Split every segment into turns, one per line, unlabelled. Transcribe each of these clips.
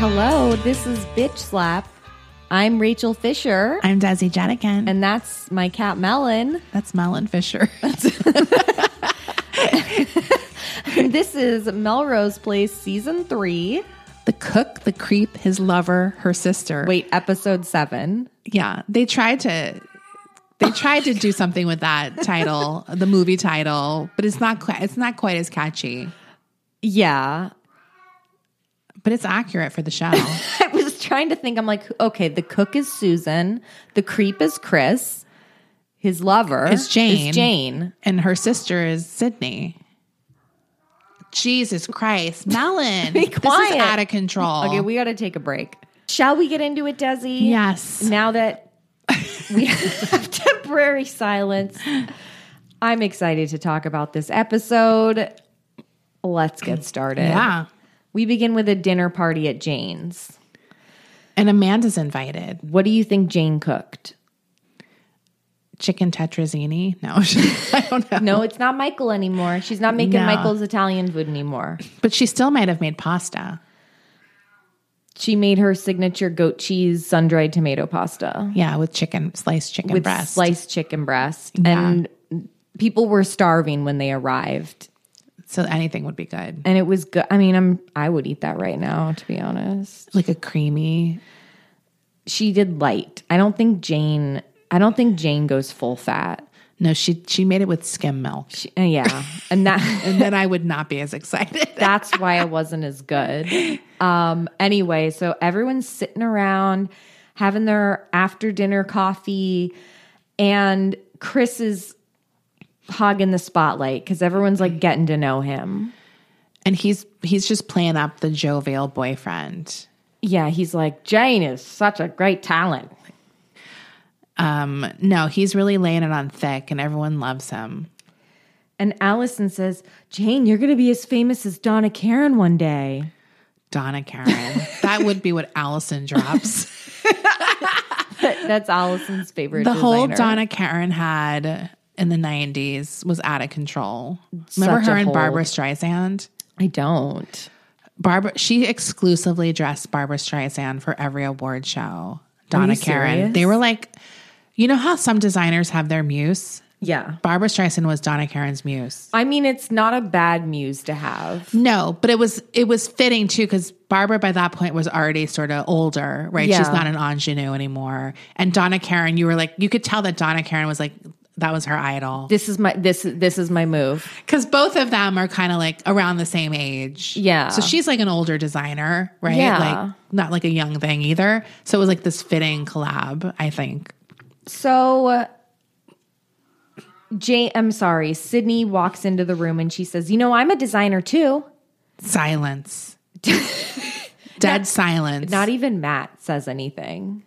Hello, this is Bitch Slap. I'm Rachel Fisher,
I'm Desi Jadikin.
and that's my cat Melon.
that's Melon Fisher.
this is Melrose Place Season 3.
the cook, the creep, his lover, her sister.
Wait, Episode 7.
Yeah. They tried to they tried to do something with that title, the movie title, but it's not quite it's not quite as catchy.
Yeah.
But it's accurate for the show.
I was trying to think. I'm like, okay, the cook is Susan. The creep is Chris. His lover
Is Jane.
Is Jane.
and her sister is Sydney. Jesus Christ. Melon.
Be
This
quiet.
is out of control.
Okay, we got to take a break. Shall we get into it, Desi?
Yes.
Now that we have temporary silence, I'm excited to talk about this episode. Let's get started.
yeah.
We begin with a dinner party at Jane's.
And Amanda's invited.
What do you think Jane cooked?
Chicken tetrazzini. No, I don't know.
No, it's not Michael anymore. She's not making
No.
Michael's Italian food anymore.
But she still might have made pasta.
She made her signature goat cheese sun dried tomato pasta
Yeah, with chicken, sliced chicken
with
breast.
sliced chicken breast. And people were starving when they arrived.
so anything would be good.
And it was good. I mean, I'm I would eat that right now, to be honest.
Like a creamy.
She did light. I don't think Jane I don't think Jane goes full fat.
No, she she made it with skim milk.
She, uh, yeah. And that
and then I would not be as excited.
that's why it wasn't as good. Um, anyway, so everyone's sitting around having their after dinner coffee, and Chris is hogging the spotlight because everyone's like getting to know him.
and he's he's just playing up the jovial boyfriend.
Yeah, he's like, Jane is such a great talent.
Um, no, he's really laying it on thick, and everyone loves him.
And Allison says, Jane, you're going to be as famous as Donna Karen one day.
Donna Karen. that would be what Allison drops.
That's Allison's favorite.
the whole
designer.
Donna Karen had in the '90s was out of control. Remember
Such a
her and
hold.
Barbara Streisand.
I don't.
Barbara, she exclusively dressed Barbara Streisand for every award show. Donna Karen.
serious?
They were like, you know how some designers have their muse?
Yeah.
Barbara Streisand was Donna Karen's muse.
I mean, it's not a bad muse to have.
No, but it was it was fitting too because Barbara by that point was already sort of older, right?
Yeah.
She's not an ingenue anymore. And Donna Karen, you were like, you could tell that Donna Karen was like that was her idol
this is my this this is my move.
because both of them are kind of like around the same age.
Yeah.
So she's like an older designer, right?
Yeah.
Like not like a young thing either. So it was like this fitting collab, I think.
So Jane, I'm sorry, Sydney walks into the room and she says, "You know, I'm a designer too."
Silence. Dead silence.
Not e- even Matt says anything.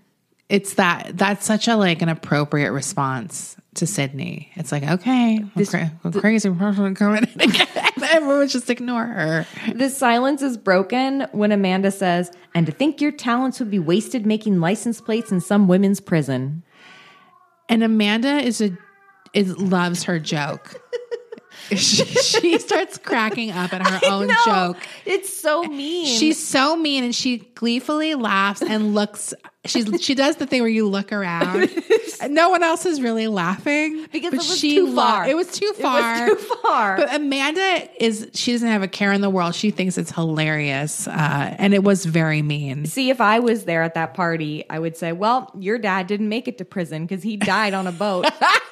it's that that's such a like an appropriate response to Sydney. It's like, okay, this, crazy person coming in again. Everyone just ignore her.
The silence is broken when Amanda says, "And to think your talents would be wasted making license plates in some women's prison."
And Amanda is a is loves her joke. she, she starts cracking up at her own joke.
It's so mean.
She's so mean and she gleefully laughs and looks she she does the thing where you look around no one else is really laughing
Because
but
it was
she
too
lo-
far.
it was too
It was
far.
too far.
But Amanda is she doesn't have a care in the world. She thinks it's hilarious, uh, and it was very mean.
See, if I was there at that party, I would say, well, your dad didn't make it to prison because he died on a boat.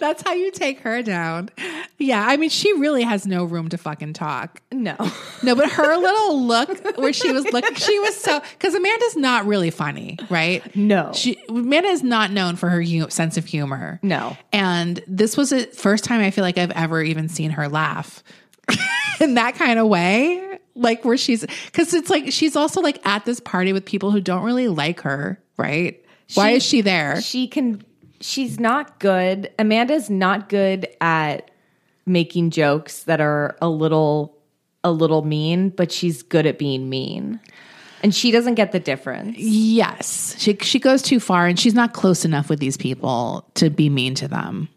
That's how you take her down. Yeah, I mean, she really has no room to fucking talk.
no.
No, but her little look where she was looking, she was so because Amanda's not really funny, right?
No.
she Amanda is not known for her hu- sense of humor.
No.
and this was the first time I feel like I've ever even seen her laugh in that kind of way, like where she's because it's like she's also like at this party with people who don't really like her, right? Why
She-
is she there?
she can she's not good amanda's not good at making jokes that are a little a little mean but she's good at being mean and she doesn't get the difference
Yes, she she goes too far, and she's not close enough with these people to be mean to them.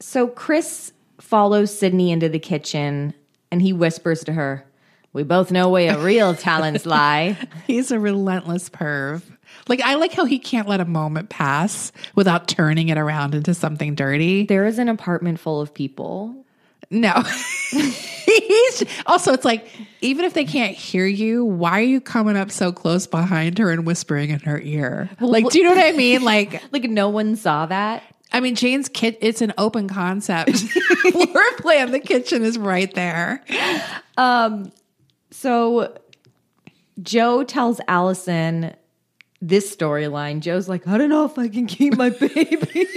so chris follows sydney into the kitchen and he whispers to her we both know where your real talents lie
He's a relentless perv. Like I like how he can't let a moment pass without turning it around into something dirty.
there is an apartment full of people
No. He's also it's like even if they can't hear you, why are you coming up so close behind her and whispering in her ear? Like, do you know what I mean? Like,
like no one saw that
I mean, Jane's kit it's an open concept. Floor plan, the kitchen is right there.
So Joe tells Allison this storyline. Joe's like, I don't know if I can keep my baby.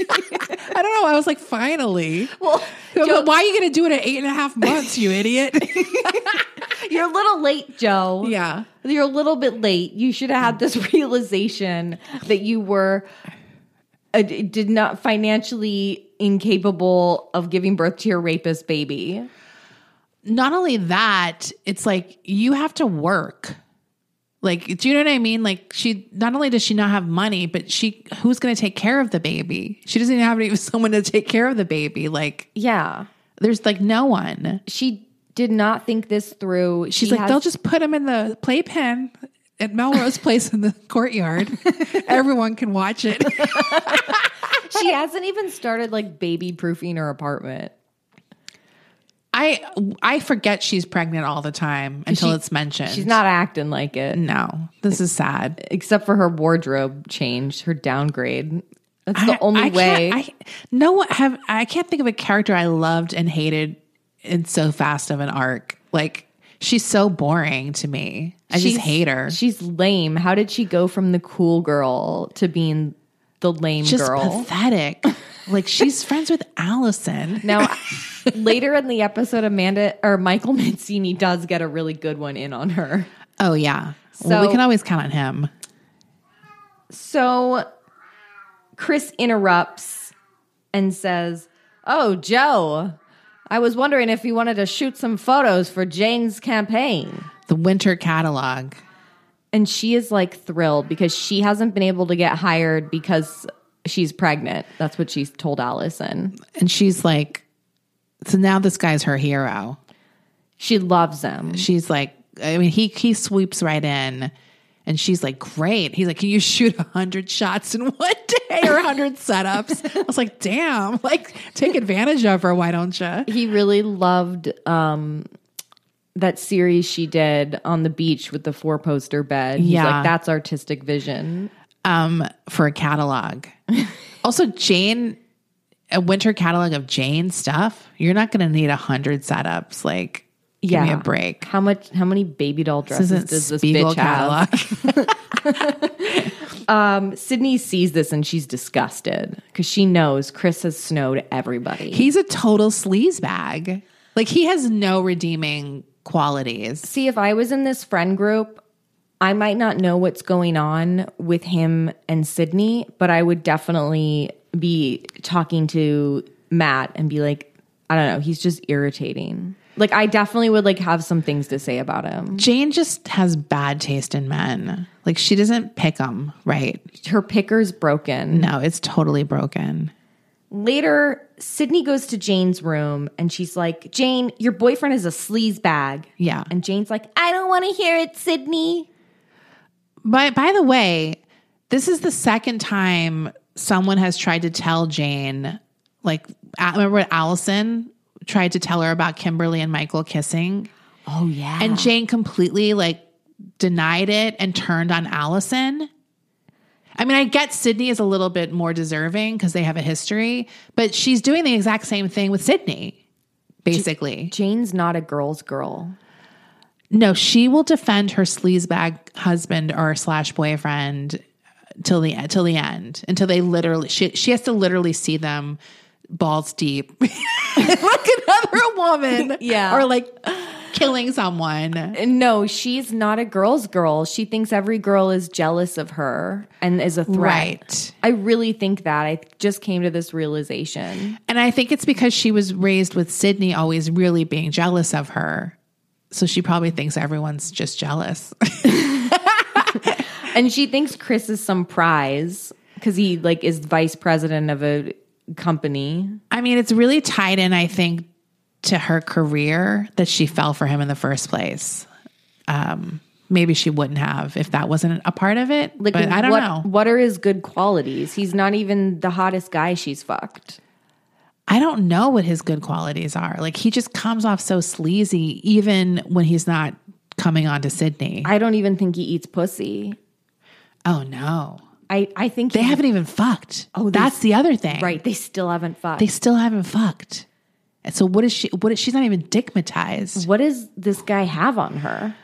I don't know. I was like, finally.
well,
But why are you gonna do it at eight and a half months, you idiot?
you're a little late, Joe.
yeah.
You're a little bit late. You should have had this realization that you were uh, d- did not financially incapable of giving birth to your rapist baby.
not only that, it's like you have to work. Like, do you know what I mean? Like, she not only does she not have money, but she who's going to take care of the baby? She doesn't even have any- someone to take care of the baby. Like,
Yeah.
there's like no one.
She did not think this through.
She's
She
like,
has-
they'll just put him in the playpen at Melrose Place in the courtyard. Everyone can watch it.
she hasn't even started like baby proofing her apartment.
I I forget she's pregnant all the time until
she-
it's mentioned.
She's not acting like it.
No, this is sad.
except for her wardrobe change, her downgrade. That's the
I-
only
I
way.
Can't, I no one have. I can't think of a character I loved and hated in so fast of an arc. Like she's so boring to me. I
She's-
just hate her.
She's lame. How did she go from the cool girl to being the lame
just
girl?
pathetic. like she's friends with Allison.
Now, later in the episode, Amanda or Michael Mancini does get a really good one in on her.
Oh yeah. well, we
So-
can always count on him.
So Chris interrupts and says, Oh, Joe, I was wondering if you wanted to shoot some photos for Jane's campaign.
The winter catalog.
and she is like thrilled because she hasn't been able to get hired because she's pregnant. That's what she's told Allison.
And she's like, so now this guy's her hero.
She loves him.
She's like, I mean, he he sweeps right in, and she's like, great. He's like, can you shoot a hundred shots in one day or a hundred setups? I was like, damn, like take advantage of her. Why don't you?
He really loved um that series she did on the beach with the four poster bed. He's
Yeah.
like that's artistic vision.
Um, for a catalog. also, Jane, a winter catalog of Jane stuff. You're not gonna need a hundred setups. Like, give me
Yeah.
a break.
How much how many baby doll
This
dresses
isn't
does this
Spiegel
bitch
catalog.
have? Sydney sees this and she's disgusted cuz she knows Chris has snowed everybody.
He's a total sleaze bag. Like he has no redeeming qualities.
See, if I was in this friend group, I might not know what's going on with him and Sydney, but I would definitely be talking to Matt and be like, I don't know, he's just irritating. Like I definitely would like have some things to say about him.
Jane just has bad taste in men. Like she doesn't pick them right.
Her picker's broken.
No, it's totally broken.
Later, Sydney goes to Jane's room and she's like, Jane, your boyfriend is a sleaze bag.
Yeah.
And Jane's like, I don't want to hear it, Sydney.
But by the way, this is the second time someone has tried to tell Jane, like, I remember when Allison tried to tell her about Kimberly and Michael kissing,
Oh yeah.
and Jane completely like denied it and turned on Allison. I mean, I get Sydney is a little bit more deserving because they have a history, but she's doing the exact same thing with Sydney, basically.
Jane's not a girl's girl.
No, she will defend her sleazebag husband or slash boyfriend till the till the end until they literally she she has to literally see them balls deep like another woman
Yeah.
or like killing someone
No, she's not a girl's girl. She thinks every girl is jealous of her and is a threat.
right
I really think that. I just came to this realization.
and I think it's because she was raised with Sydney always really being jealous of her so she probably thinks everyone's just jealous
And she thinks Chris is some prize because he like is vice president of a company.
I mean, it's really tied in, I think, to her career that she fell for him in the first place. Um, maybe she wouldn't have if that wasn't a part of it.
Like
but I don't
what,
know.
What are his good qualities? He's not even the hottest guy she's fucked.
I don't know what his good qualities are. Like he just comes off so sleazy, even when he's not coming on to Sydney.
I don't even think he eats pussy.
oh no,
I, I think
they
he-
haven't even fucked. Oh, that's the other thing,
right. They still haven't fucked.
They still haven't fucked. And so what is she? What is she's not even digmatized?
what does this guy have on her?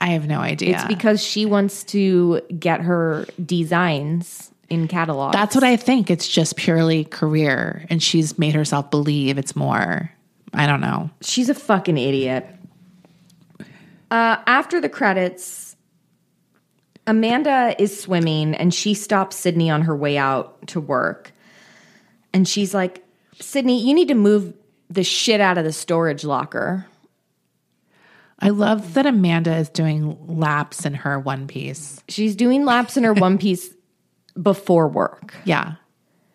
I have no idea.
It's because she wants to get her designs in catalog.
That's what I think. It's just purely career. And she's made herself believe it's more. I don't know.
She's a fucking idiot. Uh, after the credits, Amanda is swimming and she stops Sydney on her way out to work. And she's like, Sydney, you need to move the shit out of the storage locker.
I love that Amanda is doing laps in her one piece.
She's doing laps in her one piece before work.
Yeah.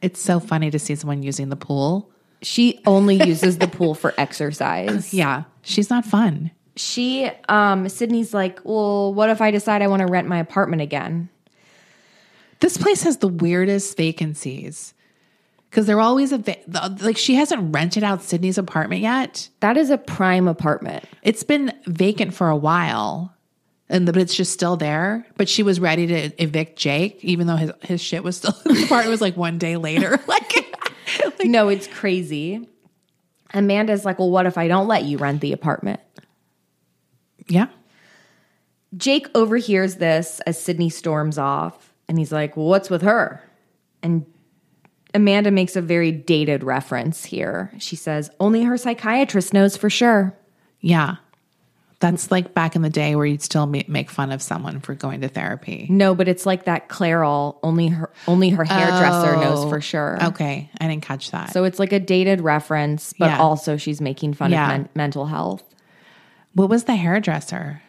It's so funny to see someone using the pool.
She only uses the pool for exercise.
Yeah. She's not fun.
She, um, Sydney's like, well, what if I decide I want to rent my apartment again?
This place has the weirdest vacancies because they're always a va- the- like she hasn't rented out Sydney's apartment yet.
That is a prime apartment.
It's been vacant for a while, and the, but it's just still there. But she was ready to evict Jake, even though his his shit was still. The part was like one day later. Like, like
No, it's crazy. Amanda's like, well, what if I don't let you rent the apartment?
yeah,
Jake overhears this as Sydney storms off and he's like, well, what's with her? And Amanda makes a very dated reference here. She says, only her psychiatrist knows for sure.
yeah. That's like back in the day where you'd still ma- make fun of someone for going to therapy.
No, but it's like that Clairol, only her only her hairdresser knows for sure.
Okay, I didn't catch that.
So it's like a dated reference, but
Yeah.
also she's making fun
Yeah.
of men- mental health.
what was the hairdresser?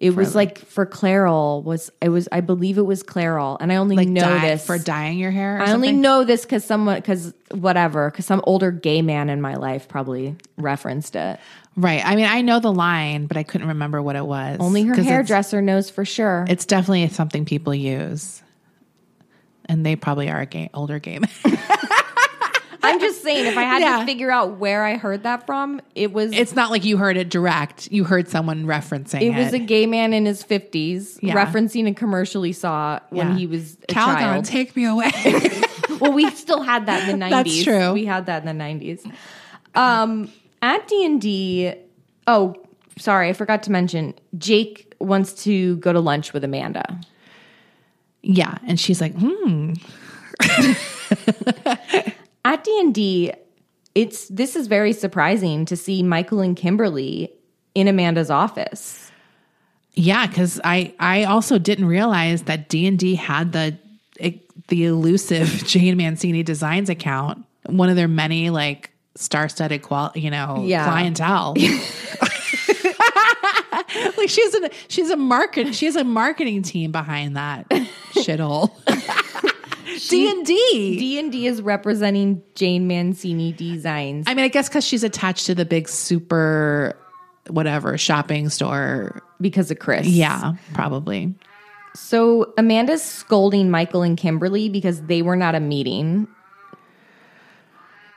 It was like for Clairol was it was I believe it was Clairol, and I only know
Dye-
this
for dyeing your hair. Or
I only
something?
know this because someone because whatever because some older gay man in my life probably referenced it.
right. I mean, I know the line, but I couldn't remember what it was.
Only her
'Cause it's-
hairdresser knows for sure.
It's definitely something people use. And they probably are a gay, older gay man.
I'm just saying if I had
Yeah.
to figure out where I heard that from, it was
it's not like you heard it direct. You heard someone referencing it.
It was a gay man in his 50s
Yeah.
referencing a commercial he saw when
Yeah.
he was a
Calgon,
child.
take me away.
well, we still had that in the 90s.
That's true.
We had that in the 90s. Um, at D&D, oh, sorry, I forgot to mention, Jake wants to go to lunch with Amanda.
yeah, and she's like, hmm.
At D&D, it's this is very surprising to see Michael and Kimberly in Amanda's office.
Yeah, because I I also didn't realize that D and D had the it, the elusive Jane Mancini Designs account, one of their many like star-studded qual you know
Yeah.
clientele. like she's an she's a market she has a marketing team behind that shithole. D and D.
D&D is representing Jane Mancini Designs.
I mean, I guess because she's attached to the big super whatever shopping store.
because of Chris.
Yeah, probably.
So Amanda's scolding Michael and Kimberly because they were not a meeting.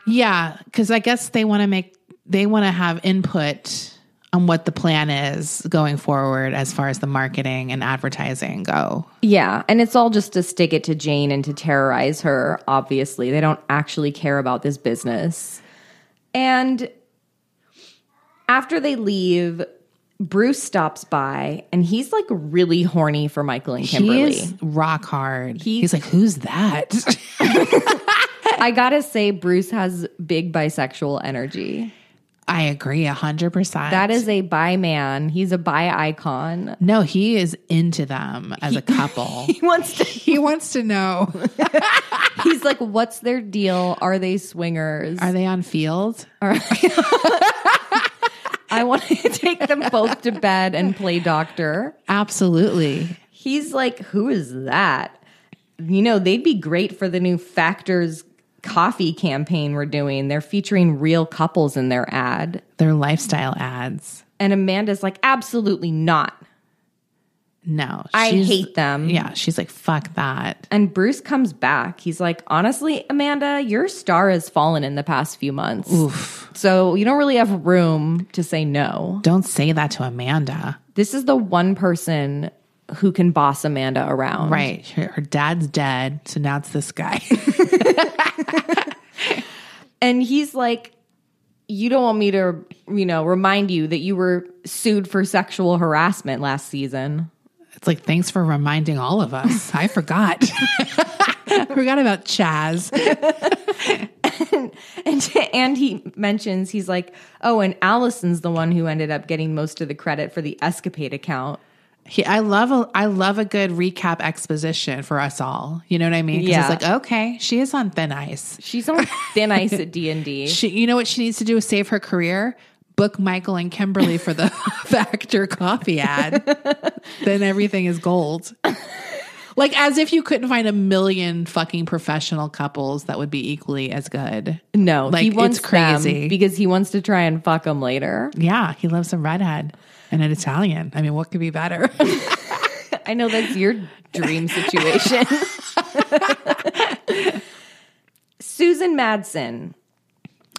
Yeah, because I guess they want to make they want to have input on what the plan is going forward as far as the marketing and advertising go.
Yeah, and it's all just to stick it to Jane and to terrorize her, obviously. They don't actually care about this business. And after they leave, Bruce stops by and he's like really horny for Michael and Kimberly.
He is rock hard. He's like, who's that?
I gotta say, Bruce has big bisexual energy.
I agree a hundred percent.
That is a bi man. He's a bi icon.
no, he is into them as a couple.
He wants to.
he wants to know:
He's like, what's their deal? Are they swingers?
Are they on field?
I want to take them both to bed and play doctor.
Absolutely.
He's like, who is that? You know, they'd be great for the new Factors coffee campaign we're doing. They're featuring real couples in their ad.
They're lifestyle ads.
And Amanda's like, absolutely not.
No,
I
she's-
hate them.
Yeah, she's like, fuck that.
And Bruce comes back. He's like, honestly, Amanda, your star has fallen in the past few months.
Oof.
So you don't really have room to say no.
Don't say that to Amanda.
This is the one person who can boss Amanda around.
Right. Her, her dad's dead. So now it's this guy.
And he's like, You don't want me to, you know, remind you that you were sued for sexual harassment last season.
it's like, thanks for reminding all of us. I forgot. forgot about Chaz.
And, and he mentions, he's like, Oh, and Allison's the one who ended up getting most of the credit for the escapade account.
He, I love a I love a good recap exposition for us all. You know what I mean? 'Cause
Yeah.
It's like, okay, she is on thin ice.
She's on thin ice at D&D.
She, you know what she needs to do is save her career. Book Michael and Kimberly for the Factor coffee ad. then everything is gold. Like as if you couldn't find a million fucking professional couples that would be equally as good.
No,
Like,
he
it's
wants them
crazy.
because he wants to try and fuck them later.
Yeah, he loves a redhead and an Italian. I mean, what could be better?
I know that's your dream situation. Susan Madsen.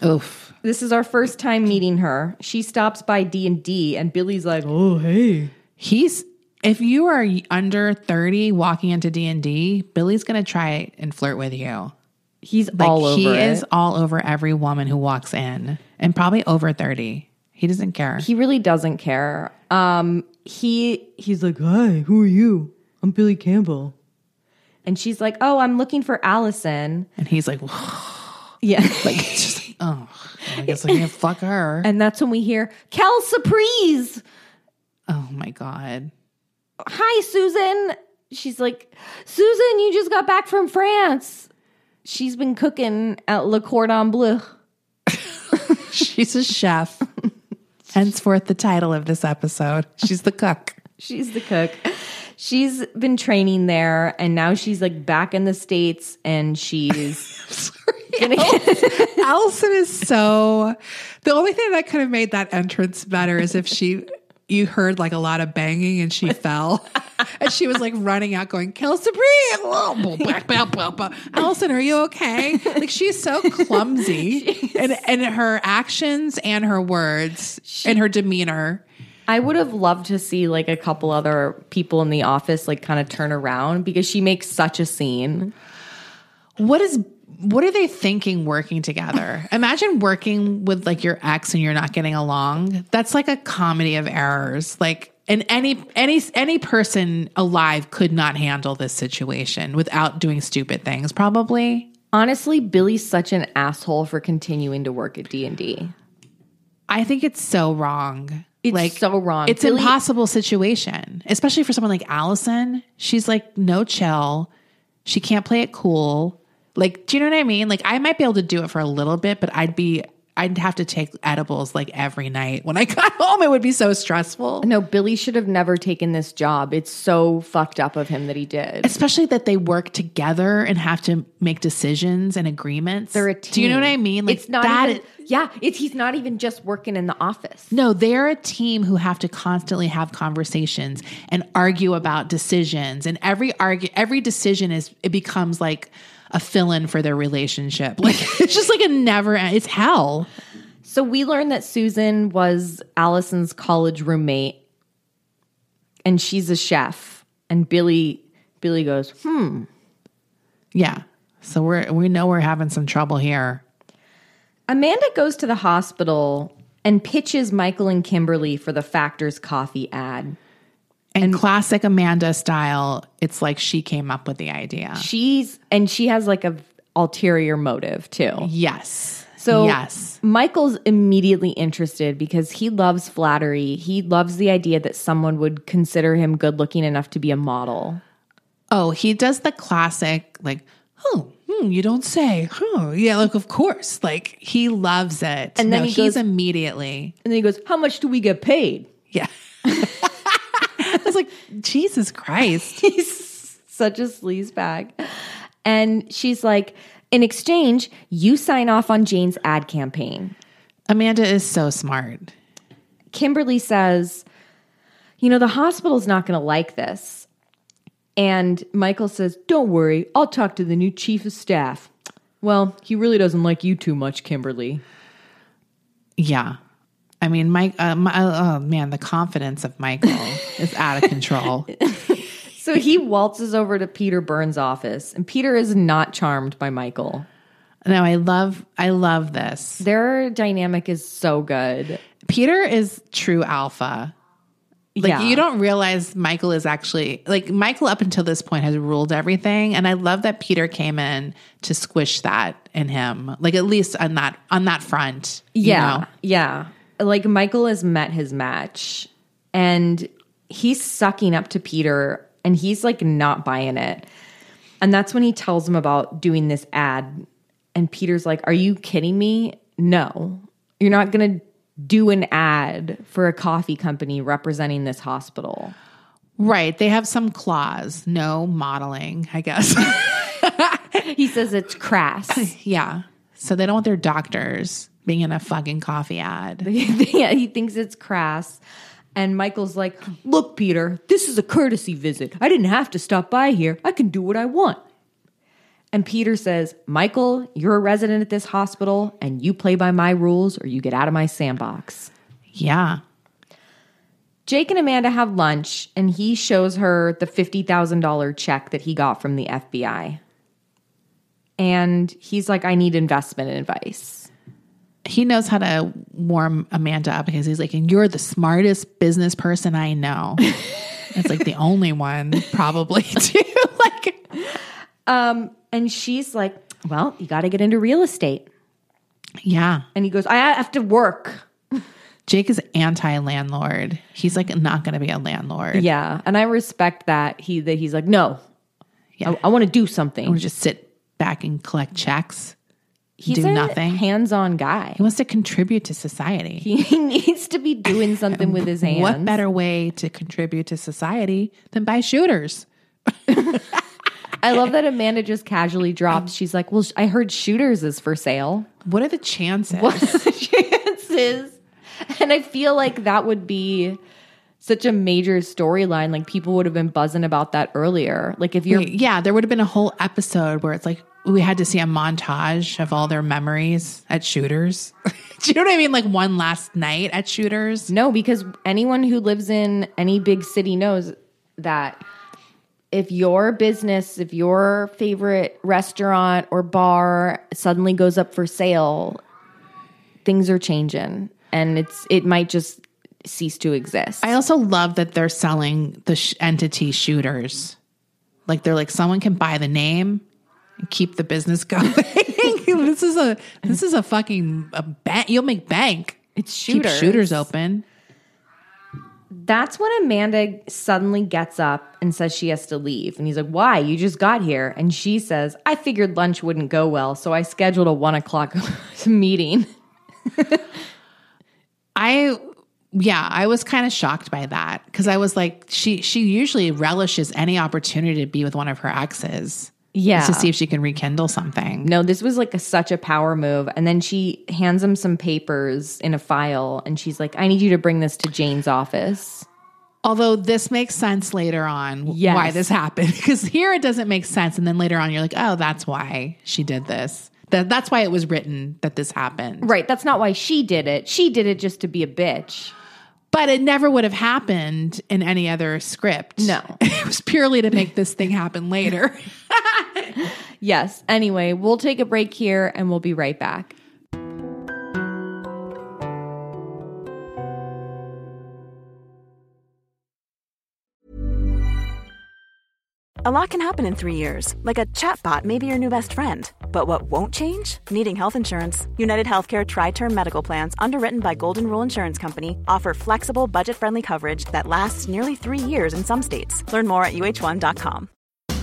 Oof.
This is our first time meeting her. She stops by D and D, and Billy's like, "Oh, hey."
He's if you are under 30 walking into D&D, Billy's going to try and flirt with you.
He's
Like
all over
he
it.
is all over every woman who walks in and probably over 30. He doesn't care.
he really doesn't care. Um, he he's like, "Hi, who are you? I'm Billy Campbell." And she's like, "Oh, I'm looking for Allison."
and he's like,
Yeah.
like just like, oh, I guess I can't fuck her.
and that's when we hear Cal Surprise.
Oh my god.
hi susan she's like susan you just got back from france she's been cooking at le cordon bleu
She's a chef. Henceforth the title of this episode. She's the cook.
she's the cook she's been training there and now she's like back in the states and she's
Allison is so. The only thing that could have made that entrance better is if she, you heard like a lot of banging and she fell, and she was like running out, going "Kill Sabrina." Allison, are you okay? Like she's so clumsy, and and her actions and her words and her demeanor.
i would have loved to see like a couple other people in the office like kind of turn around because she makes such a scene
What is what are they thinking working together? Imagine working with like your ex and you're not getting along. That's like a comedy of errors. Like and any any any person alive could not handle this situation without doing stupid things probably.
honestly billy's such an asshole for continuing to work at d&d
I think it's so wrong.
It's so wrong.
It's
Billy-
impossible situation, especially for someone like Allison. She's like no chill. She can't play it cool. Like, do you know what I mean? Like, I might be able to do it for a little bit, but I'd be I'd have to take edibles like every night. When I got home, it would be so stressful.
No, Billy should have never taken this job. It's so fucked up of him that he did.
Especially that they work together and have to make decisions and agreements.
They're a
Do you know
team.
what I mean? Like
it's not
that
even, yeah, it's he's not even just working in the office.
No, they're a team who have to constantly have conversations and argue about decisions. And every argue, every decision is it becomes like a fill-in for their relationship. Like it's just like a never. It's hell.
So we learned that Susan was Allison's college roommate and she's a chef. And Billy Billy goes, "Hmm,
Yeah. So we're we know we're having some trouble here.
Amanda goes to the hospital and pitches Michael and Kimberly for the Factor's coffee ad.
And, classic Amanda style, it's like she came up with the idea.
She's and she has like a ulterior motive too.
yes.
So
yes.
Michael's immediately interested because he loves flattery. He loves the idea that someone would consider him good looking enough to be a model.
Oh, he does the classic like, oh, hmm, you don't say, huh? Yeah, like of course. Like he loves it.
And then he
he's
goes-
immediately.
And then he goes, "How much do we get paid?"
Yeah. I was like, Jesus Christ.
He's such a sleazebag. And she's like, "In exchange, you sign off on Jane's ad campaign."
Amanda is so smart.
Kimberly says, You know, the hospital's not going to like this. And Michael says, Don't worry, I'll talk to the new chief of staff. Well, he really doesn't like you too much, Kimberly.
Yeah. I mean, Mike, uh, my, oh man, the confidence of Michael is out of control.
So he waltzes over to Peter Burns' office, and Peter is not charmed by Michael.
No, I love, I love this.
Their dynamic is so good.
Peter is true alpha. Like
Yeah.
you don't realize Michael is actually like Michael up until this point has ruled everything, and I love that Peter came in to squish that in him. Like at least on that on that front. you
Yeah.
know?
Yeah. Like Michael has met his match and he's sucking up to Peter and he's like not buying it. And that's when he tells him about doing this ad. And Peter's like, Are you kidding me? No, you're not going to do an ad for a coffee company representing this hospital.
right. They have some clause. No modeling, I guess.
He says it's crass.
yeah. So they don't want their doctors being in a fucking coffee ad.
yeah, he thinks it's crass. And Michael's like, Look, Peter, this is a courtesy visit. I didn't have to stop by here. I can do what I want. And Peter says, Michael, you're a resident at this hospital and you play by my rules or you get out of my sandbox.
Yeah.
Jake and Amanda have lunch and he shows her the $50,000 check that he got from the FBI. And he's like, I need investment advice.
he knows how to warm Amanda up because he's like, and you're the smartest business person I know. it's like the only one, probably, too. like,
um, And she's like, Well, you got to get into real estate.
yeah,
And he goes, I have to work.
Jake is anti landlord. He's like, not going to be a landlord.
Yeah. And I respect that. He that he's like, No.
Yeah.
I, want to do
Or
something.
just sit back and collect checks.
He's
do
a
nothing.
hands-on guy.
He wants to contribute to society.
He, he needs to be doing something with his hands.
what better way to contribute to society than by shooters?
I love that Amanda just casually drops. She's like, "Well, sh- I heard Shooters is for sale."
What are the chances?
Chances, and I feel like that would be such a major storyline. Like people would have been buzzing about that earlier. Like if you're
Yeah, there would have been a whole episode where it's like we had to see a montage of all their memories at shooters. Do you know what I mean? Like one last night at shooters.
No, because anyone who lives in any big city knows that if your business, if your favorite restaurant or bar suddenly goes up for sale, things are changing and it's it might just cease to exist.
I also love that they're selling the sh- entity shooters. Like they're like someone can buy the name and keep the business going. this is a this is a fucking a bank. You'll make bank.
it's
Keep shooters open.
That's when Amanda suddenly gets up and says she has to leave. And he's like, Why? You just got here. And she says, I figured lunch wouldn't go well, so I scheduled a one o'clock meeting.
I yeah, I was kind of shocked by that because I was like, she she usually relishes any opportunity to be with one of her exes
Yeah.
to see if she can rekindle something.
No, this was like a, such a power move. And then she hands him some papers in a file and she's like, I need you to bring this to Jane's office.
Although this makes sense later on w-
Yes.
why this happened because here it doesn't make sense, and then later on you're like, oh, that's why she did this. That that's why it was written that this happened.
Right. That's not why she did it. She did it just to be a bitch.
But it never would have happened in any other script.
No.
it was purely to make this thing happen later.
Yes. Anyway, we'll take a break here and we'll be right back.
A lot can happen in three years, like a chatbot may be your new best friend. But what won't change? Needing health insurance. United Healthcare Tri Term Medical Plans, underwritten by Golden Rule Insurance Company, offer flexible, budget friendly coverage that lasts nearly three years in some states. Learn more at uh1.com.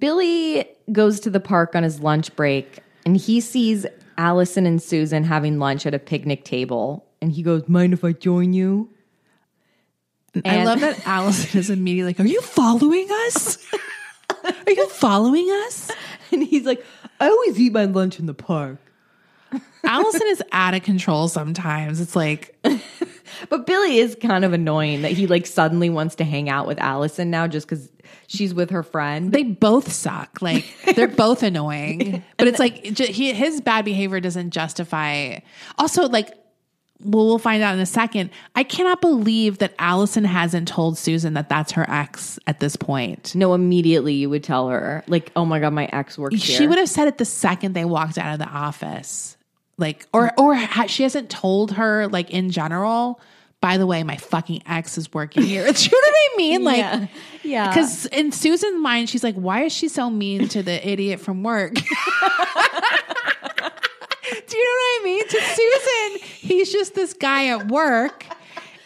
Billy goes to the park on his lunch break and he sees Allison and Susan having lunch at a picnic table. And he goes, Mind if I join you?
I
And-
love that Allison is immediately like, Are you following us? Are you following us?
And he's like, I always eat my lunch in the park.
Allison is out of control sometimes. It's like,
But Billy is kind of annoying that he like suddenly wants to hang out with Allison now just because she's with her friend.
they both suck. Like, they're both annoying. But it's like, ju- he, his bad behavior doesn't justify. Also, like, well, we'll find out in a second. I cannot believe that Allison hasn't told Susan that that's her ex at this point.
No, immediately you would tell her, like, oh my God, my ex works here.
She would have said it the second they walked out of the office. Like, or or ha- she hasn't told her like in general. By the way, my fucking ex is working here. Do you know what I mean? Like,
Yeah. Yeah.
Because in Susan's mind, she's like, why is she so mean to the idiot from work? Do you know what I mean? To Susan, he's just this guy at work.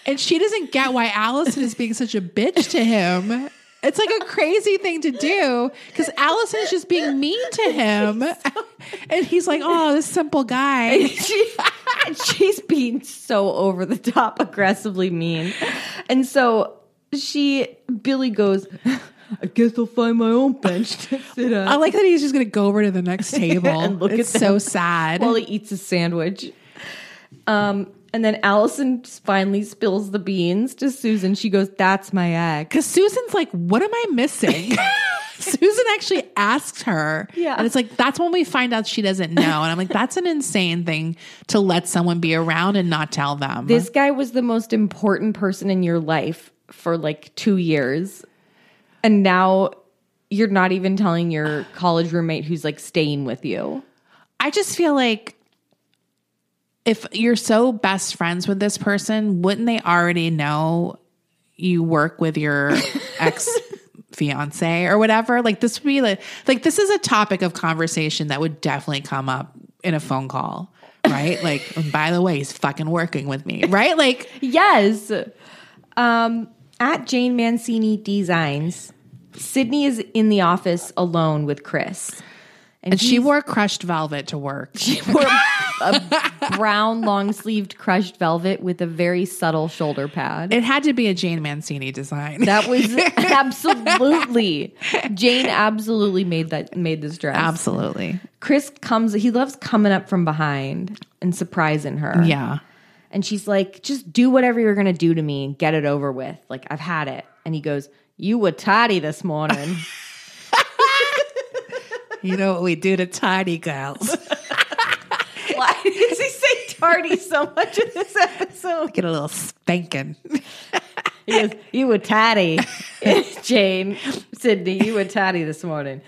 And she doesn't get why Allison is being such a bitch to him. It's like a crazy thing to do because Allison is just being mean to him. And he's like, oh, this simple guy.
she, she's being so over the top aggressively mean. And so she, Billy goes, I guess I'll find my own bench to sit
I
at
like that he's just going to go over to the next table.
And look at
it's so
them.
sad.
while he eats his sandwich. Um, and then Allison finally spills the beans to Susan. She goes, That's my ex.
Because Susan's like, what am I missing? Susan actually asks her.
Yeah.
And it's like, that's when we find out she doesn't know. And I'm like, that's an insane thing to let someone be around and not tell them.
This guy was the most important person in your life for like two years. And now you're not even telling your college roommate who's like staying with you.
I just feel like if you're so best friends with this person, wouldn't they already know you work with your ex fiance or whatever? Like this would be like like this is a topic of conversation that would definitely come up in a phone call. Right? Like, and by the way, he's fucking working with me. Right? Like
Yes. Um, at Jane Mancini Designs, Sydney is in the office alone with Chris.
and she
he's-
wore crushed velvet to work.
wore a brown long sleeved crushed velvet with a very subtle shoulder pad.
It had to be a Jane Mancini design.
that was absolutely Jane absolutely made that made this dress.
Absolutely.
Chris comes he loves coming up from behind and surprising her.
Yeah.
And she's like, just do whatever you're gonna do to me and get it over with. Like I've had it. And he goes, You were tardy this morning.
You know what we do to tiny girls.
Why does he say tardy so much in this episode?
Get a little spanking.
He goes, you were tatty, Jane, Sydney. You were tatty this morning.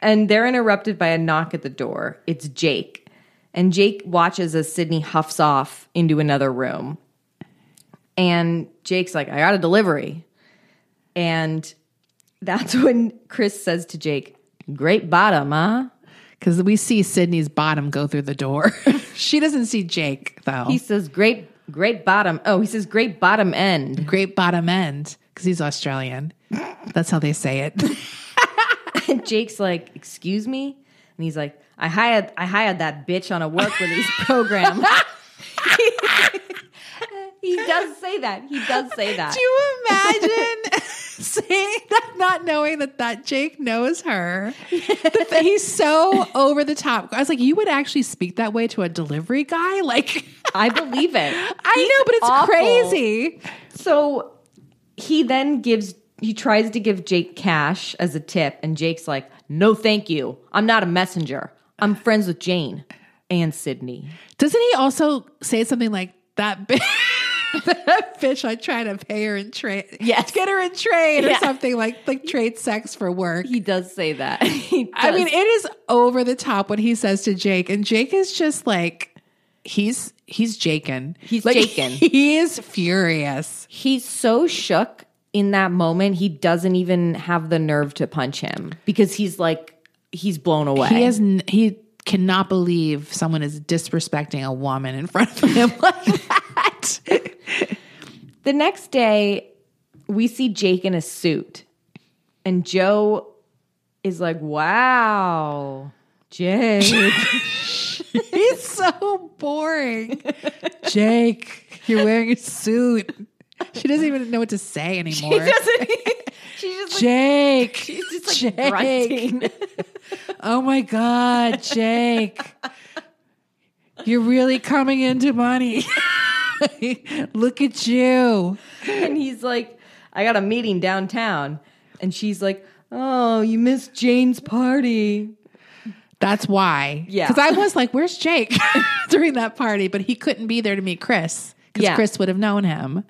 and they're interrupted by a knock at the door. It's Jake. And Jake watches as Sydney huffs off into another room. And Jake's like, I got a delivery. And that's when Chris says to Jake, Great bottom, huh?
Because we see Sydney's bottom go through the door. she doesn't see Jake, though.
He says, Great, great bottom. Oh, he says, Great bottom end.
Great bottom end, because he's Australian. That's how they say it.
And Jake's like, "Excuse me," and he's like, "I hired I hired that bitch on a work release program." he does say that. He does say that.
Do you imagine saying that, not knowing that that Jake knows her? The fa- he's so over the top. I was like, you would actually speak that way to a delivery guy? Like,
I believe it.
I
He's
know, but it's
awful.
crazy.
So he then gives he tries to give Jake cash as a tip, and Jake's like, "No, thank you. I'm not a messenger. I'm friends with Jane and Sydney."
Doesn't he also say something like that? Bi- that bitch, I try to pay her in trade.
Yes.
get her in trade
Yeah.
or something like like trade sex for work.
He does say that. He
I
does.
mean, it is over the top what he says to Jake, and Jake is just like he's he's Jakin.
He's
like,
Jakin.
He is furious.
he's so shook in that moment he doesn't even have the nerve to punch him because he's like he's blown away
He has n- he cannot believe someone is disrespecting a woman in front of him like that.
the next day we see jake in a suit and joe is like wow jake
He's so boring. Jake, you're wearing a suit. She doesn't even know what to say anymore.
she's just like
Jake.
she's just like
Jake.
grunting.
Oh my God, Jake. You're really coming into money. Look at you.
and he's like i got a meeting downtown and she's like oh you missed jane's party
That's why.
Yeah.
Because I was like, where's Jake during that party? But he couldn't be there to meet Chris because
Yeah.
Chris would have known him.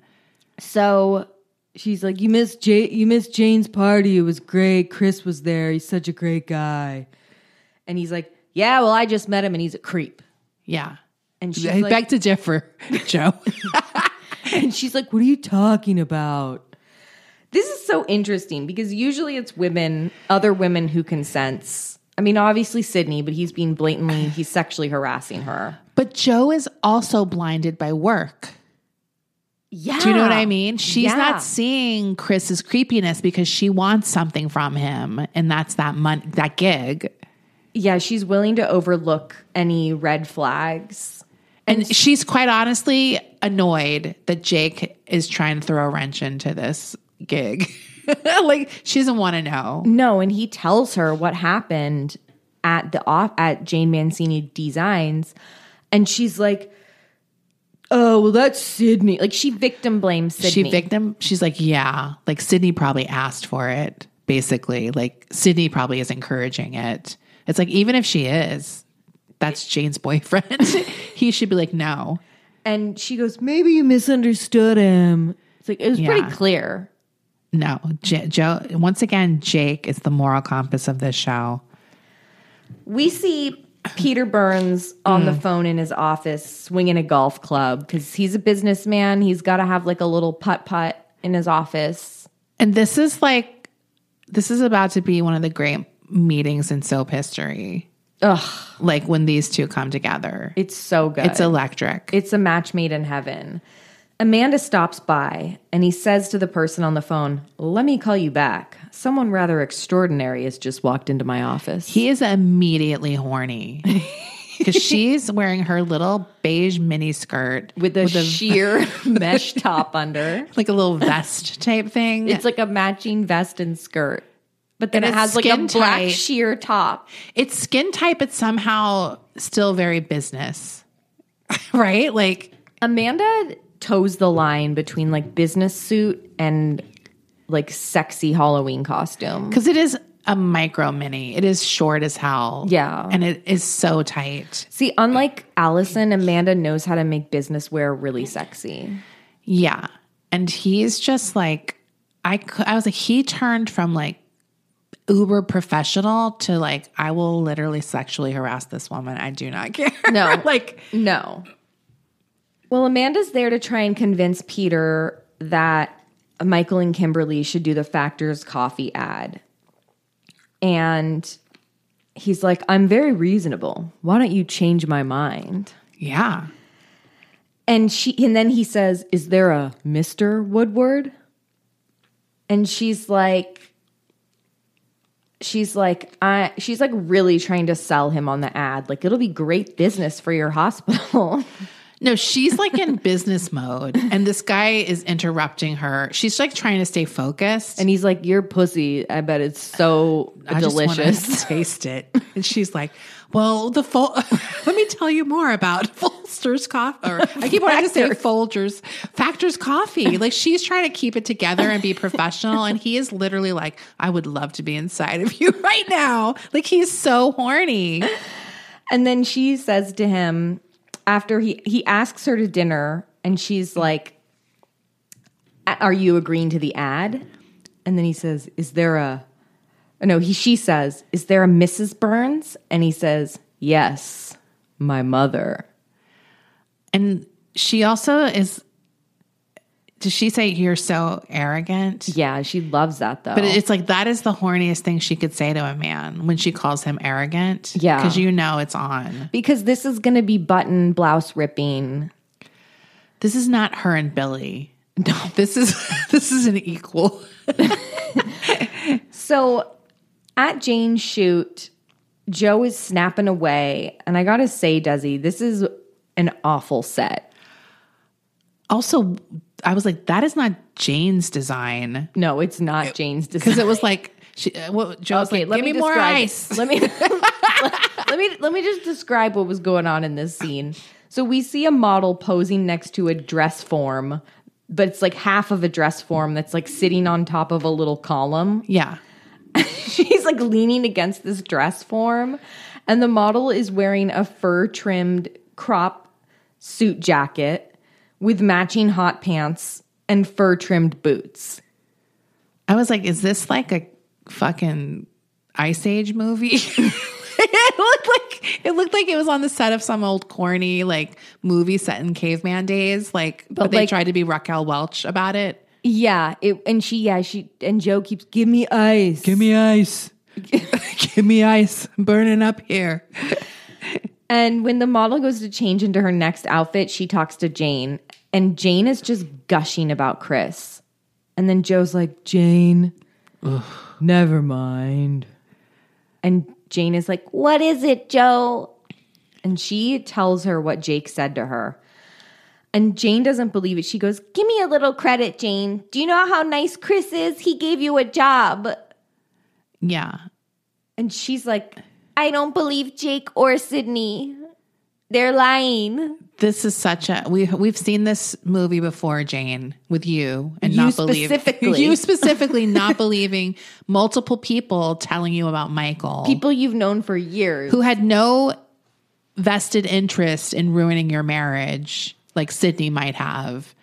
So she's like, "You missed J- you missed Jane's party. It was great. Chris was there. He's such a great guy." And he's like, "Yeah, well, I just met him, and he's a creep."
Yeah.
And she's
Back
like,
to differ, Joe.
and she's like, "What are you talking about?" This is so interesting because usually it's women, other women who consents. I mean, obviously Sydney, but he's being blatantly he's sexually harassing her.
but Joe is also blinded by work.
Yeah.
Do you know what I mean? She's
Ah, Yeah.
not seeing Chris's creepiness because she wants something from him, and that's that money, that gig.
Yeah, she's willing to overlook any red flags.
And she's quite honestly annoyed that Jake is trying to throw a wrench into this gig. like she doesn't want to know.
No, and he tells her what happened at the off at Jane Mancini Designs, and she's like, "Oh, well, that's Sydney." Like she victim blames Sydney.
She victim. She's like, yeah, like Sydney probably asked for it. Basically, like Sydney probably is encouraging it. It's like even if she is, that's Jane's boyfriend. he should be like, no.
and she goes, "Maybe you misunderstood him." It's like it was
Yeah.
pretty clear.
No, J- Joe. Once again, Jake is the moral compass of this show.
We see Peter Burns on the phone in his office swinging a golf club because he's a businessman. He's got to have like a little putt putt in his office.
And this is like, this is about to be one of the great meetings in soap history.
Ugh,
Like when these two come together,
it's so good.
it's electric.
It's a match made in heaven. Amanda stops by and he says to the person on the phone, Let me call you back. Someone rather extraordinary has just walked into my office.
he is immediately horny because she's wearing her little beige mini skirt
with a sheer mesh top under.
like a little vest type thing.
It's like a matching vest and skirt. But then it
And it's
has like a
skin
black
tight.
sheer top.
it's skin type, but somehow still very business, right? Like
Amanda toes the line between like business suit and like sexy Halloween costume.
because it is a micro mini. It is short as hell.
Yeah.
and it is so tight.
See, unlike Allison, Amanda knows how to make business wear really sexy.
Yeah. And he's just like, I, cou- I was like, he turned from like uber professional to like, I will literally sexually harass this woman. I do not care.
No.
like,
No. Well, Amanda's there to try and convince Peter that Michael and Kimberly should do the Factors coffee ad. And he's like, I'm very reasonable. Why don't you change my mind?
yeah.
And she and then he says, "Is there a Mr. Woodward?" And she's like she's like I she's like really trying to sell him on the ad. Like it'll be great business for your hospital.
No, she's like in business mode, and this guy is interrupting her. She's like trying to stay focused.
and he's like, "Your pussy, I bet it's so
I just wanna
delicious."
taste it. And she's like, "Well, the full. let me tell you more about Folgers coffee. Or I keep wanting to say Folgers Factors coffee. Like she's trying to keep it together and be professional, and he is literally like, "I would love to be inside of you right now." Like he's so horny.
And then she says to him after he he asks her to dinner, and she's like, "A- "Are you agreeing to the ad?" And then he says, "Is there a?" No, he she says, "Is there a Mrs. Burns?" And he says, "Yes, my mother."
And she also is. Does she say you're so arrogant?
Yeah, she loves that though.
But it's like that is the horniest thing she could say to a man when she calls him arrogant.
Yeah.
Because you know it's on.
because this is going to be button blouse ripping.
This is not her and Billy. No. This is this is an equal.
So at Jane's shoot, Joe is snapping away. And I got to say, Desi, this is an awful set.
Also, I was like, that is not Jane's design.
No, it's not Jane's
Because
design.
it was like she uh, what Joe was like,
let
give me,
me
more
describe it.
ice.
Let me let me let me just describe what was going on in this scene. So we see a model posing next to a dress form, but it's like half of a dress form that's like sitting on top of a little column.
Yeah.
she's like leaning against this dress form and the model is wearing a fur trimmed crop suit jacket with matching hot pants and fur trimmed boots
I was like, is this like a fucking Ice Age movie? it looked like it looked like it was on the set of some old corny like movie set in caveman days. Like, but, they
like-
tried to be Raquel Welch about it.
yeah it, and she yeah she and joe keeps give me ice
Give me ice. Give me ice. I'm burning up here.
and when the model goes to change into her next outfit she talks to jane and jane is just gushing about chris and then joe's like jane never mind And Jane is like, What is it, Joe? And she tells her what Jake said to her. And Jane doesn't believe it. She goes, Give me a little credit, Jane. Do you know how nice Chris is? He gave you a job.
Yeah.
And she's like, I don't believe Jake or Sydney. They're lying.
This is such a we we've seen this movie before, Jane, with you and
You
not believing
specifically.
you specifically not believing multiple people telling you about Michael.
People you've known for years.
who had no vested interest in ruining your marriage, like Sydney might have,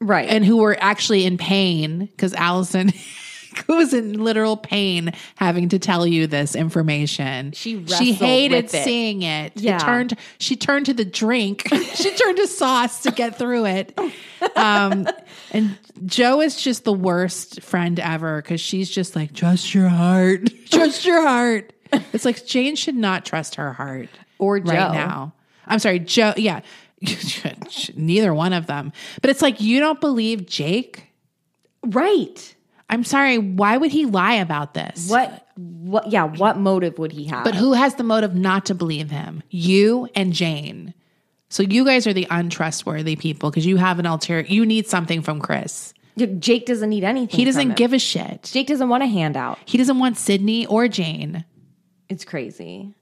right.
and who were actually in pain because Allison was in literal pain having to tell you this information.
She
she
wrestled
hated
with it.
seeing it.
Yeah.
It turned she turned to the drink. she turned to sauce to get through it. Um, and Joe is just the worst friend ever because she's just like trust your heart, trust your heart. It's like Jane should not trust her heart
Or Joe.
right now. I'm sorry, Joe. Yeah, neither one of them. But it's like you don't believe Jake.
right.
I'm sorry, why would he lie about this?
What, what, yeah, what motive would he have?
But who has the motive not to believe him? You and Jane. So you guys are the untrustworthy people because you have an ulterior. You need something from Chris.
Jake doesn't need anything.
He
from
doesn't
him.
give a shit.
Jake doesn't want a handout.
He doesn't want Sydney or Jane.
It's crazy.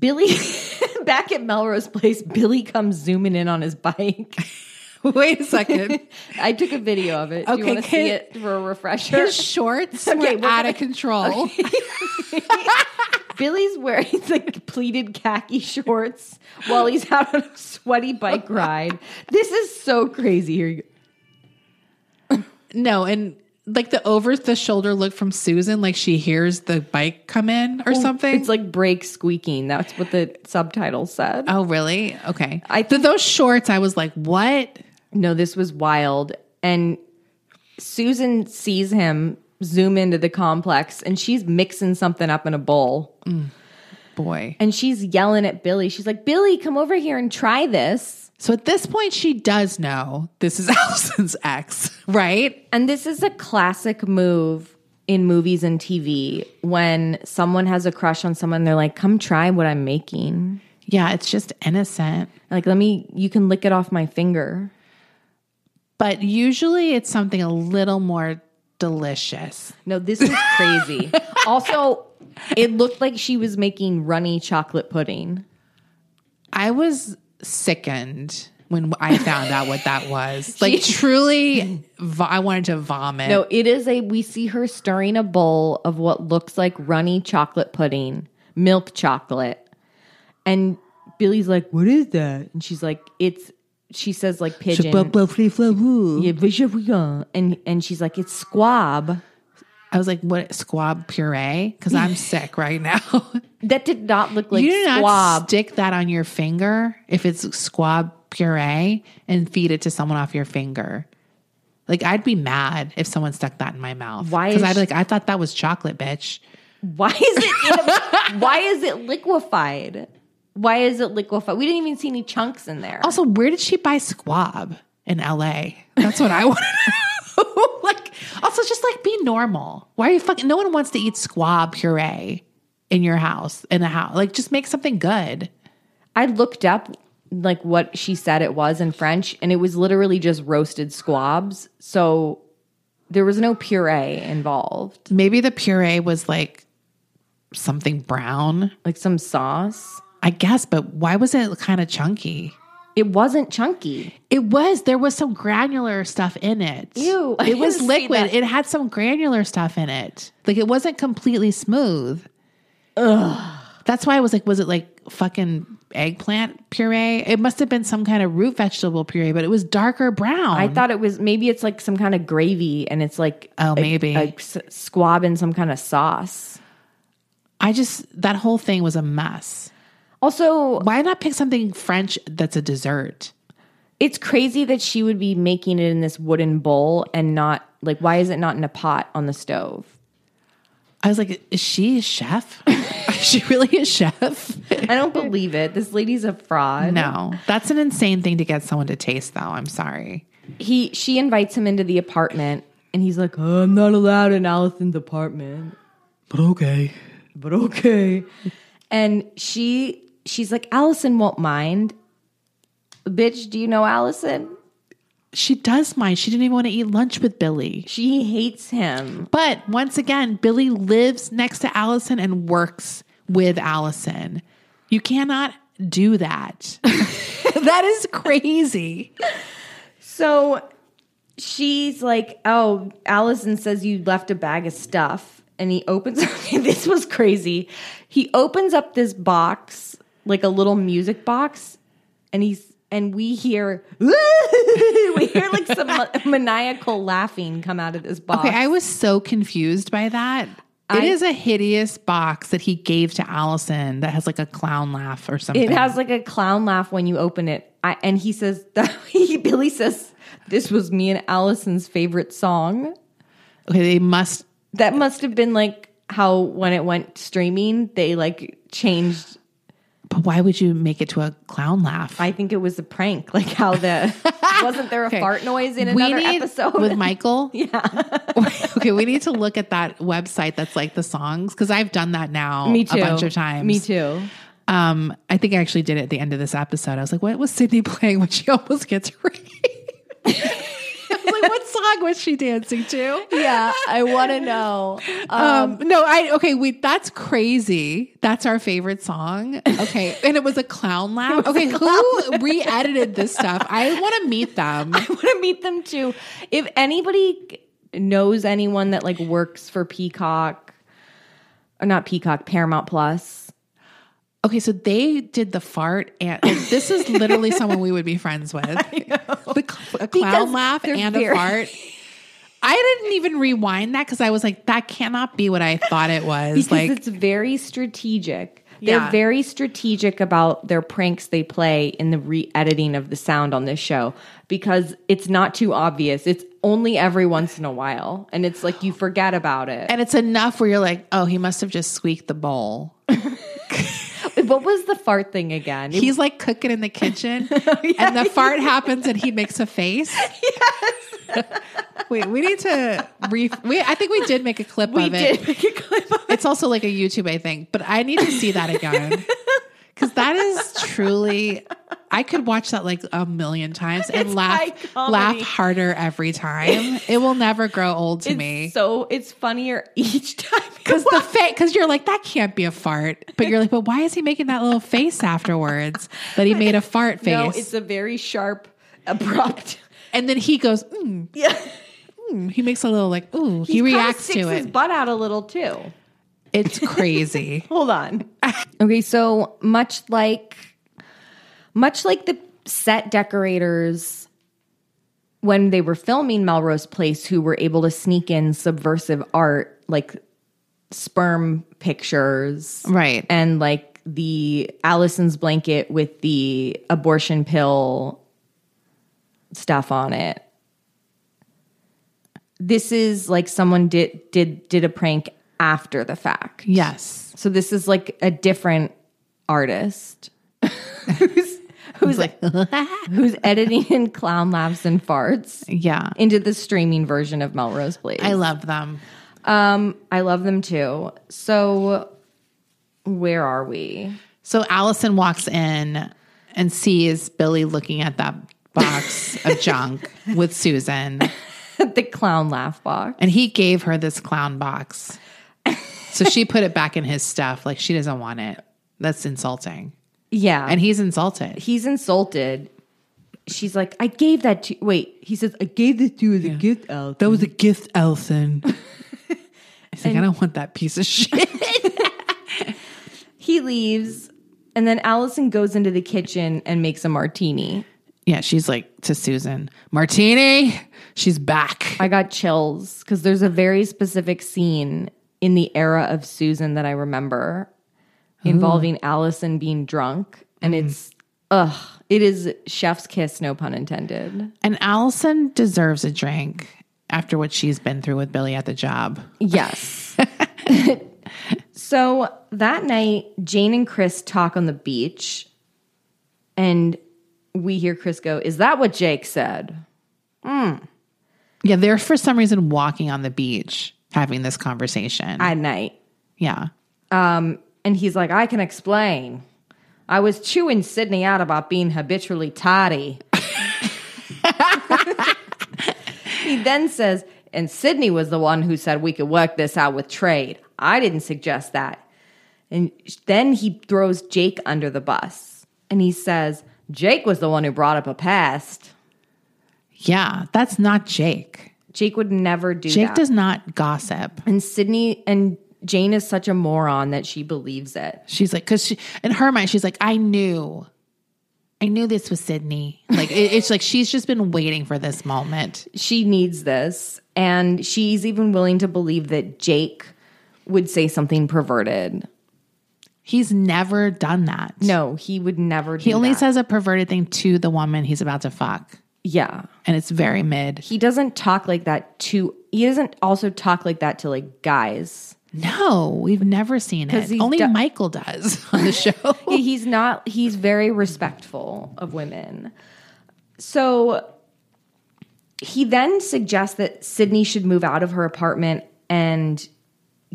Billy, back at Melrose Place, Billy comes zooming in on his bike.
Wait a second.
I took a video of it. Do
Okay,
you want to see
can-
it for a refresher?
His shorts
Okay,
were
we're
out
gonna-
of control.
Billy's wearing like pleated khaki shorts while he's out on a sweaty bike ride. This is so crazy. Here you go.
No, and like the over the shoulder look from Susan, like she hears the bike come in or something.
It's like brake squeaking. That's what the subtitle said.
oh, really? Okay.
I
I
think-
those shorts. I was like, what?
No, this was wild. And Susan sees him zoom into the complex and she's mixing something up in a bowl.
Boy.
And she's yelling at Billy. She's like, Billy, come over here and try this.
So at this point, she does know this is Allison's ex, right?
And this is a classic move in movies and TV when someone has a crush on someone, they're like, come try what I'm making.
Yeah, it's just innocent.
Like, let me, you can lick it off my finger.
But usually it's something a little more delicious.
No, this was crazy. also, it looked like she was making runny chocolate pudding.
I was sickened when I found out what that was. Like, truly, vo- I wanted to vomit.
No, it is a. We see her stirring a bowl of what looks like runny chocolate pudding, milk chocolate, and Billy's like, "What is that?" And she's like, "It's." She says like pigeon. Yeah, vajayjaya. And and she's like, "It's squab."
I was like, what squab puree? Because I'm sick right now.
That did not look like
you do
squab.
not stick that on your finger if it's squab puree and feed it to someone off your finger. Like I'd be mad if someone stuck that in my mouth.
Why
Because
is
I'd
she-
be like I thought that was chocolate, bitch.
why is it? in a- why is it liquefied? Why is it liquefied? We didn't even see any chunks in there.
Also, where did she buy squab in L.A.? That's what I want. to know. like, also just like be normal. Why are you fucking? No one wants to eat squab puree in your house in a house. Like, just make something good.
I looked up like what she said it was in French, and it was literally just roasted squabs. So there was no puree involved,
Maybe the puree was like something brown.
like some sauce.
I guess, but why was it kind of chunky?
It wasn't chunky.
It was. There was some granular stuff in it.
Ew, I
It was
didn't see
liquid.
that.
It had some granular stuff in it. Like it wasn't completely smooth. Ugh. That's why I was like, was it like fucking eggplant puree? It must have been some kind of root vegetable puree, but it was darker brown.
I thought it was maybe it's like some kind of gravy, and it's like
Oh,
a-
maybe.
a s- squab in some kind of sauce.
I just that whole thing was a mess.
Also,
Why not pick something French that's a dessert?
it's crazy that she would be making it in this wooden bowl and not like why is it not in a pot on the stove?
I was like, is she a chef? is she really a chef?
I don't believe it. This lady's a fraud.
No, that's an insane thing to get someone to taste, though. I'm sorry.
he she invites him into the apartment and he's like "Oh, i'm not allowed in allison's apartment but okay but okay and she she's like allison won't mind bitch do you know allison
She does mind. She didn't even want to eat lunch with Billy.
she hates him
But once again, Billy lives next to Allison and works with Allison. You cannot do that. that is crazy.
so she's like oh allison says you left a bag of stuff and he opens this was crazy he opens up this box like a little music box and he's and we hear we hear like some ma- maniacal laughing come out of this box.
Okay, I was so confused by that. It is a hideous box that he gave to Allison that has like a clown laugh or something.
it has like a clown laugh when you open it. I, and he says, he, Billy says, this was me and Allison's favorite song.
okay, they must
That must have been like how when it went streaming, they like changed.
but why would you make it to a clown laugh?
I think it was a prank, like how the wasn't there a fart noise in another
need,
episode?
with Michael. Yeah. okay, we need to look at that website that's like the songs because I've done that now
me too.
a bunch of times.
Me too.
Um, I think I actually did it at the end of this episode. I was like, what was Sydney playing when she almost gets raped? I was like, what song was she dancing to?
Yeah, I want to know.
Um, no, I okay, we that's crazy. That's our favorite song. Okay. And it was a clown laugh. Okay, who re-edited this stuff? I want to meet them.
I want to meet them too. If anybody knows anyone that like works for Peacock, or not Peacock, Paramount Plus,
Okay, so they did the fart, and like, this is literally someone we would be friends with. The cl- a clown
Because
laugh
they're
and
very-
a fart. I didn't even rewind that because I was like, that cannot be what I thought it was.
because
like,
it's very strategic. They're
Yeah.
very strategic about their pranks they play in the re-editing of the sound on this show because it's not too obvious. It's only every once in a while, and it's like you forget about it.
and it's enough where you're like, oh, he must have just squeaked the bowl.
what was the fart thing again? It- Oh,
He's like cooking in the kitchen, and the fart happens, and he makes a face. Yes. Wait, we need to. Re- we, I think we did make a clip of it.
make a clip of
It's also like a YouTube, I think, but I need to see that again. Because that is truly, I could watch that like a million times and laugh,
iconic.
laugh harder every time. It will never grow old to
It's
me.
So it's funnier each time.
Because the fa because you're like that can't be a fart, but you're like, but why is he making that little face afterwards? That he made a fart face,
No, it's a very sharp, abrupt.
and then he goes, mm,
Yeah,
mm. he makes a little like, ooh, he,
kinda
reacts
sticks
to
His
it.
butt out a little too.
It's crazy.
Hold on. okay, so much like much like the set decorators when they were filming Melrose Place who were able to sneak in subversive art like sperm pictures
Right.
and like the Allison's blanket with the abortion pill stuff on it. This is like someone did did did a prank after the fact.
yes,
So this is like a different artist who's who's like who's editing in clown laughs and farts
yeah,
into the streaming version of Melrose Place.
I love them.
um I love them too. So where are we?
So Allison walks in and sees Billy looking at that box of junk with Susan,
the clown laugh box.
and he gave her this clown box. So she put it back in his stuff, like she doesn't want it. That's insulting,
Yeah.
and he's insulted.
he's insulted. She's like, I gave that to wait, he says, I gave this to you as a gift out.
That was a gift, Allison. He's like, I don't want that piece of shit.
He leaves and then Allison goes into the kitchen and makes a martini.
Yeah, she's like to Susan, Martini, she's back.
I got chills because there's a very specific scene in the era of Susan that I remember involving Allison being drunk. And it's, ugh, it is chef's kiss, no pun intended.
And Allison deserves a drink after what she's been through with Billy at the job.
Yes. so that night, Jane and Chris talk on the beach. And we hear Chris go, Is that what Jake said?
Yeah, they're for some reason walking on the beach having this conversation.
At night.
yeah.
Um, And he's like, I can explain. I was chewing Sydney out about being habitually tardy. he then says, and Sydney was the one who said we could work this out with trade. I didn't suggest that. And then he throws Jake under the bus and he says, Jake was the one who brought up a past.
Yeah, that's not Jake.
Jake would never do
Jake
that.
does not gossip.
and Sydney and Jane is such a moron that she believes it.
She's like, because she, in her mind, she's like, I knew. I knew this was Sydney. Like, it, it's like she's just been waiting for this moment.
she needs this and she's even willing to believe that Jake would say something perverted.
He's never done that.
No, he would never do
He only
that.
says a perverted thing to the woman he's about to fuck.
yeah.
And it's very mid.
He doesn't talk like that to he doesn't also talk like that to like guys.
No, we've never seen
'Cause
it.
he's
Only
do-
Michael does on the show.
He- He's not he's very respectful of women. So he then suggests that Sydney should move out of her apartment and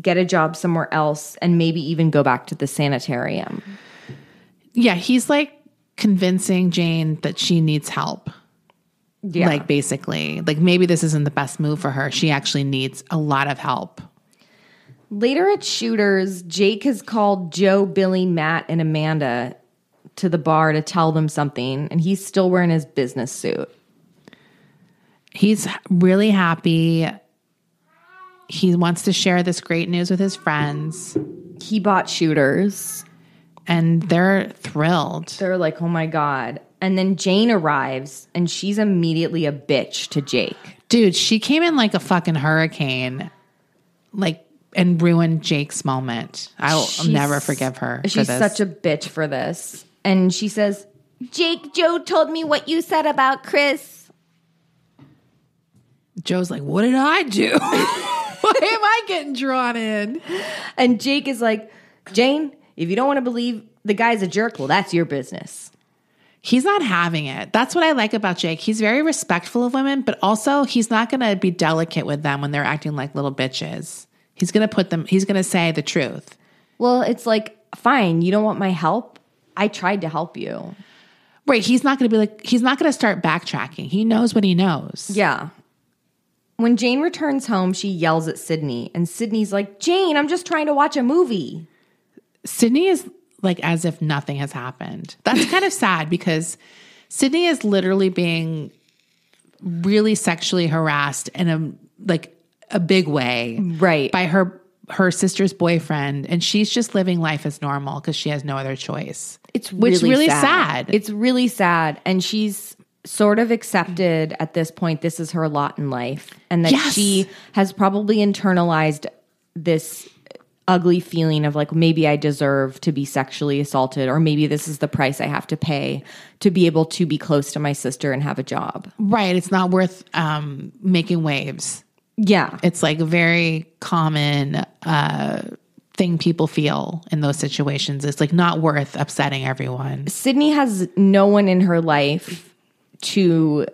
get a job somewhere else and maybe even go back to the sanitarium.
Yeah, he's like convincing Jane that she needs help.
Yeah.
Like basically, like maybe this isn't the best move for her. She actually needs a lot of help.
Later at Shooters, Jake has called Joe, Billy, Matt, and Amanda to the bar to tell them something, and he's still wearing his business suit.
He's really happy. He wants to share this great news with his friends
He bought Shooters.
and they're thrilled.
They're like, oh my God. And then Jane arrives and she's immediately a bitch to Jake.
Dude, she came in like a fucking hurricane, like, and ruined Jake's moment. I'll
She's-
never forgive her.
She's
for this.
such a bitch for this. And she says, Jake, Joe told me what you said about Chris.
Joe's like, what did I do? Why am I getting drawn in?
And Jake is like, Jane, if you don't want to believe the guy's a jerk, well, that's your business.
He's not having it. That's what I like about Jake. He's very respectful of women, but also he's not going to be delicate with them when they're acting like little bitches. He's going to put them, he's going to say the truth.
Well, it's like, fine, you don't want my help? I tried to help you.
Right. He's not going to be like, he's not going to start backtracking. He knows what he knows.
Yeah. When Jane returns home, she yells at Sydney, and Sydney's like, Jane, I'm just trying to watch a movie.
Sydney is like as if nothing has happened. That's kind of sad because Sydney is literally being really sexually harassed in a like a big way.
Right.
By her her sister's boyfriend and she's just living life as normal cuz she has no other choice.
It's
Which
really
really
sad.
sad.
It's really sad, and she's sort of accepted at this point. This is her lot in life, and that
Yes.
she has probably internalized this ugly feeling of like maybe I deserve to be sexually assaulted, or maybe this is the price I have to pay to be able to be close to my sister and have a job.
Right, it's not worth um making waves.
Yeah,
It's like a very common uh thing people feel in those situations. It's like not worth upsetting everyone.
Sydney has no one in her life to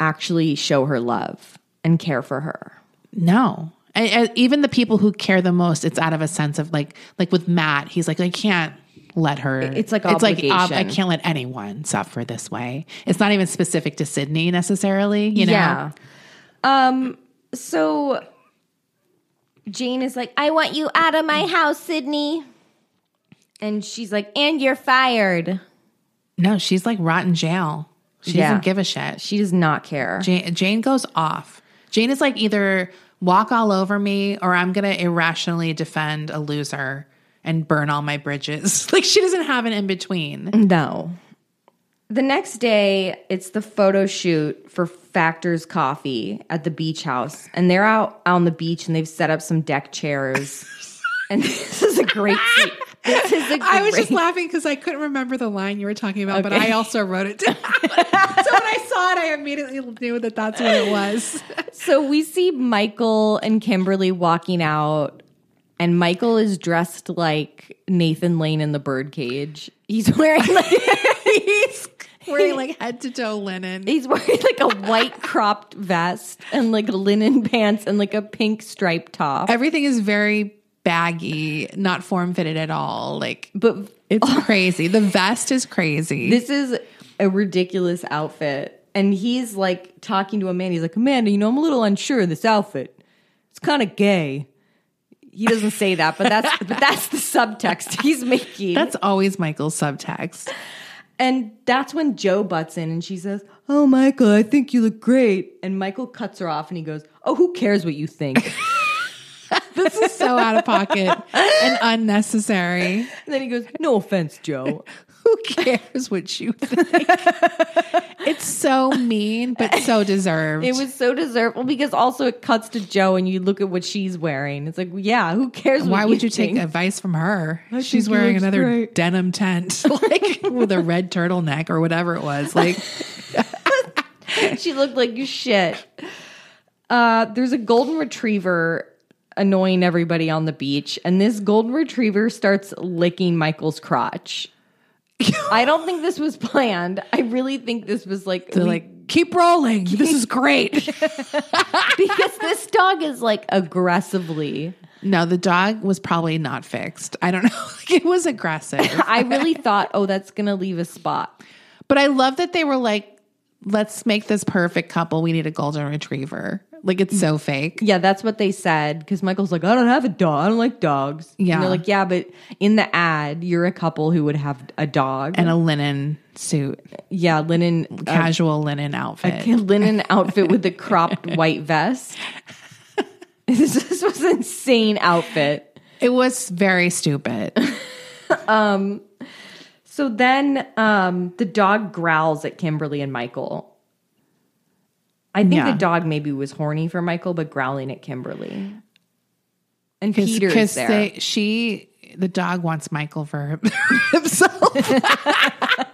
actually show her love and care for her.
No. I, I, even the people who care the most, it's out of a sense of like, like with Matt, he's like, I can't let her.
It's like
ob- I
obligation.
can't let anyone suffer this way. It's not even specific to Sydney necessarily, you know?
Yeah. Um. So Jane is like, "I want you out of my house, Sydney," and she's like, "And you're fired."
No, she's like rot in jail. She
Yeah.
doesn't give a shit.
She does not care.
Jane, Jane goes off. Jane is like either walk all over me or I'm going to irrationally defend a loser and burn all my bridges. like she doesn't have an in between.
No. The next day, it's the photo shoot for Factor's Coffee at the beach house, and they're out on the beach and they've set up some deck chairs. and this is a great. se- This is a great.
I was just laughing because I couldn't remember the line you were talking about, but I also wrote it down. so when I saw it, I immediately knew that that's what it was.
So we see Michael and Kimberly walking out, and Michael is dressed like Nathan Lane in the birdcage. He's wearing like he's
Wearing like head to toe linen.
he's wearing like a white cropped vest and like linen pants and like a pink striped top.
Everything is very baggy, not form fitted at all. Like
But
it's crazy. The vest is crazy.
this is a ridiculous outfit. And he's like talking to Amanda. He's like, Amanda, you know, I'm a little unsure of this outfit. It's kind of gay. He doesn't say that, but that's but that's the subtext he's making.
that's always Michael's subtext.
And that's when Joe butts in and she says, Oh, Michael, I think you look great. And Michael cuts her off and he goes, Oh, who cares what you think?
This is so out of pocket and unnecessary.
and then he goes, No offense, Joe.
Who cares what you think? it's so mean, but so deserved.
It was so deserved because also it cuts to Joe and you look at what she's wearing. It's like, Yeah, who cares
Why
what
would you take
think?
advice from her? She's wearing another denim tent, like with a red turtleneck or whatever it was. Like,
she looked like shit. Uh, there's a golden retriever annoying everybody on the beach, and this golden retriever starts licking Michael's crotch. I don't think this was planned. I really think this was like,
they're
we-
like, keep rolling. This is great.
because this dog is like aggressively.
no, the dog was probably not fixed. I don't know. Like, it was aggressive,
I really thought, oh, that's gonna leave a spot.
but I love that they were like, let's make this perfect couple. We need a golden retriever. Like, it's so fake.
Yeah, that's what they said. Because Michael's like, I don't have a dog. I don't like dogs. And
Yeah.
they're like, yeah, but in the ad, you're a couple who would have a dog.
And a linen suit,
yeah, linen uh,
casual linen outfit.
a linen outfit with the cropped white vest. this, this was an insane outfit.
It was very stupid.
So then um, the dog growls at Kimberly and Michael. I think
Yeah.
the dog maybe was horny for Michael, but growling at Kimberly. And
Cause,
Peter's
'cause
there.
they- she, the dog wants Michael for himself.
yeah,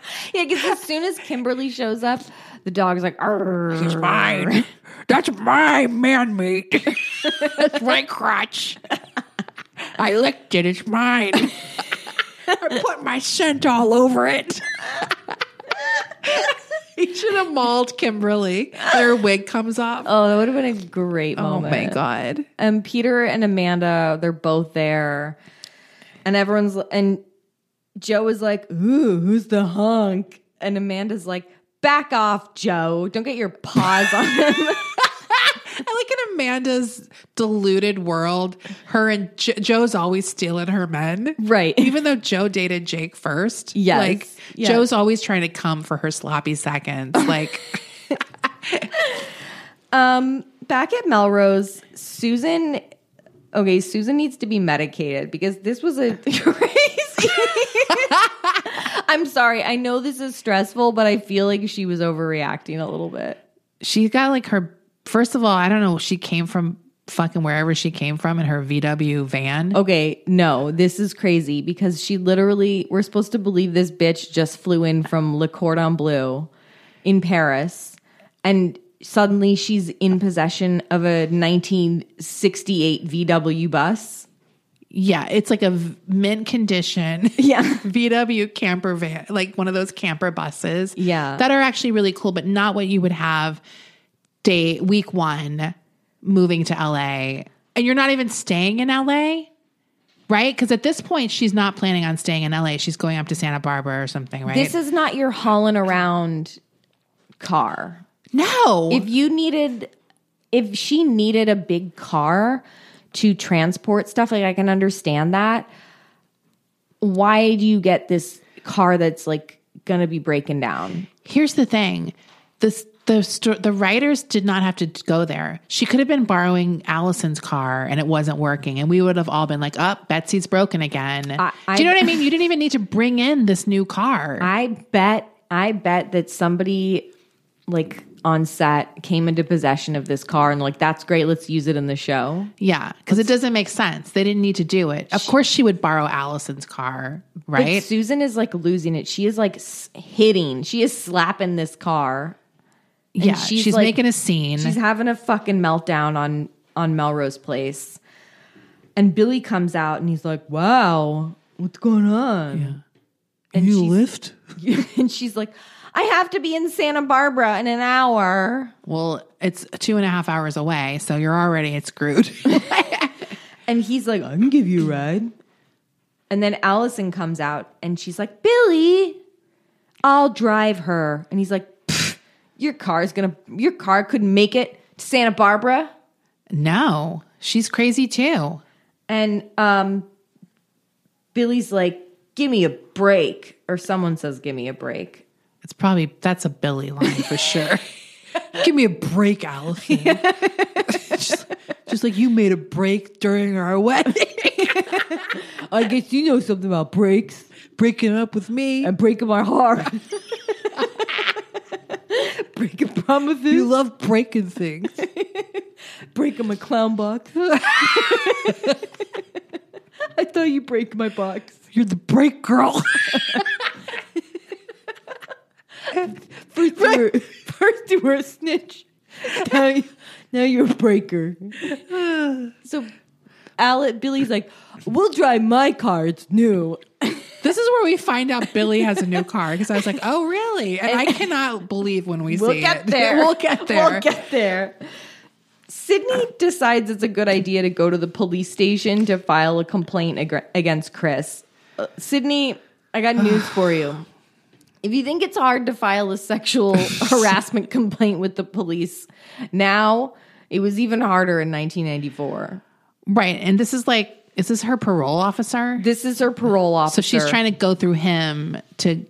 because as soon as Kimberly shows up, the dog's like, "Arr."
mine. That's my man meat. That's my crotch. I licked it. It's mine. I put my scent all over it. he should have mauled Kimberly. Her wig comes off. Oh,
oh, that would have been a great moment.
my god.
And Um, Peter and Amanda, they're both there. And everyone's and Joe is like, "Ooh, who's the hunk?" And Amanda's like, "Back off, Joe. Don't get your paws on him."
I like in Amanda's deluded world, her and jo- Joe's always stealing her men.
right.
Even though Joe dated Jake first,
Yes.
like
Yes.
Joe's always trying to come for her sloppy seconds. Like
Um, back at Melrose, Susan. Okay, Susan needs to be medicated because this was a crazy. I'm sorry. I know this is stressful, but I feel like she was overreacting a little bit.
she got like her first of all, I don't know, she came from fucking wherever she came from in her VW van.
Okay, no, this is crazy because she literally, we're supposed to believe this bitch just flew in from Le Cordon Bleu in Paris and suddenly she's in possession of a 1968 VW bus.
Yeah, it's like a v- mint condition
Yeah.
VW camper van, like one of those camper buses.
Yeah.
That are actually really cool, but not what you would have day week 1 moving to LA. And you're not even staying in LA? Right? Cuz at this point she's not planning on staying in LA. She's going up to Santa Barbara or something, right?
This is not your hauling around car.
no.
If you needed, if she needed a big car to transport stuff, like I can understand that. Why do you get this car that's like gonna be breaking down?
Here's the thing: the the sto- the writers did not have to go there. She could have been borrowing Allison's car, and it wasn't working, and we would have all been like, "Up, Betsy's broken again." Do you know what I mean? You didn't even need to bring in this new car.
I bet, I bet that somebody like on set came into possession of this car and like that's great, let's use it in the show.
yeah, because it doesn't make sense. They didn't need to do it. Of course, she would borrow Allison's car,
But
right?
Susan is like losing it. She is like s- hitting. She is slapping this car. And
yeah, she's,
like-
making a scene.
She's having a fucking meltdown on on Melrose Place. And Billy comes out and he's like, "Wow, what's going on?" And you lift? and she's like, "I have to be in Santa Barbara in an hour."
well, it's two and a half hours away, so you're already it's screwed.
And he's like, "I can give you a ride." And then Allison comes out and she's like, "Billy, I'll drive her." And he's like, "Pfft, "Your car's going to your car couldn't make it to Santa Barbara."
no, she's crazy too.
And um, Billy's like, "Give me a break," or someone says, "Give me a break."
It's probably that's a Billy line for sure. Give me a break, Allison. just, just like you made a break during our wedding,
I guess you know something about breaks
breaking up with me.
and breaking my heart. breaking promises.
you love breaking things.
breaking my clown box. I thought you break my box.
You're the break girl.
First you were, first you were a snitch. Now, you- now you're a breaker. So, Alec, Billy's like, "We'll drive my car. It's new."
this is where we find out Billy has a new car because I was like, oh really? And I cannot believe when we
We'll
see
get
it.
there.
We'll get there.
We'll get there. Sydney decides it's a good idea to go to the police station to file a complaint ag- against Chris. Uh, Sydney, I got news for you. If you think it's hard to file a sexual harassment complaint with the police now, it was even harder in 1994.
right, and this is like, is this her parole officer?
This is her parole
so
officer.
she's trying to go through him to,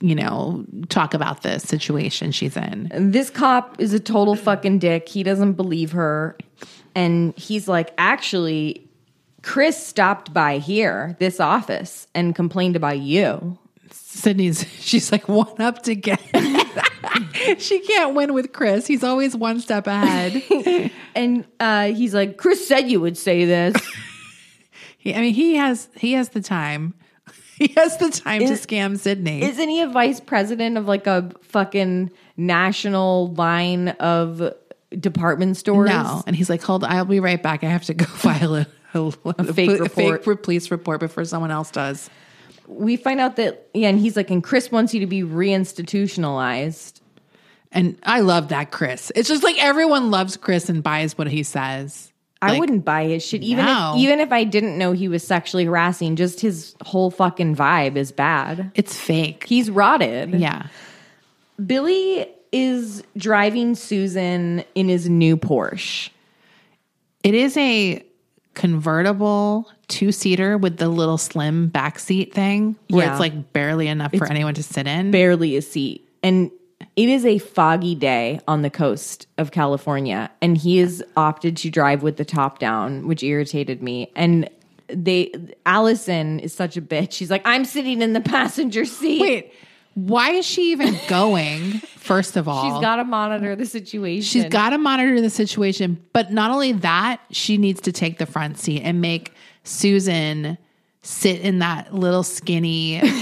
you know, talk about this situation she's in.
this cop is a total fucking dick. He doesn't believe her. And he's like, actually, Chris stopped by here, this office, and complained about you.
Sydney's, she's like one up to get. she can't win with Chris. He's always one step ahead.
And uh, he's like, Chris said you would say this.
He- I mean, he has he has the time. He has the time to scam Sydney.
Isn't he a vice president of like a fucking national line of department stores?
no, and he's like, "Hold, I'll be right back. I have to go file a, a,
fake
a
report.
re- police report before someone else does."
We find out that, yeah, and he's like, and Chris wants you to be reinstitutionalized.
And I love that Chris. It's just like everyone loves Chris and buys what he says.
I wouldn't buy his shit, even
No.
if, even if I didn't know he was sexually harassing. Just his whole fucking vibe is bad.
It's fake.
He's rotted.
yeah.
Billy is driving Susan in his new Porsche.
It is a convertible two seater with the little slim backseat thing where
Yeah.
it's like barely enough for anyone to sit in.
barely a seat. And it is a foggy day on the coast of California. And he has opted to drive with the top down, which irritated me. And they Allison is such a bitch. She's like, I'm sitting in the passenger seat.
Wait, why is she even going? First of all,
She's got to monitor the situation.
She's got to monitor the situation. But not only that, she needs to take the front seat and make Susan sit in that little skinny.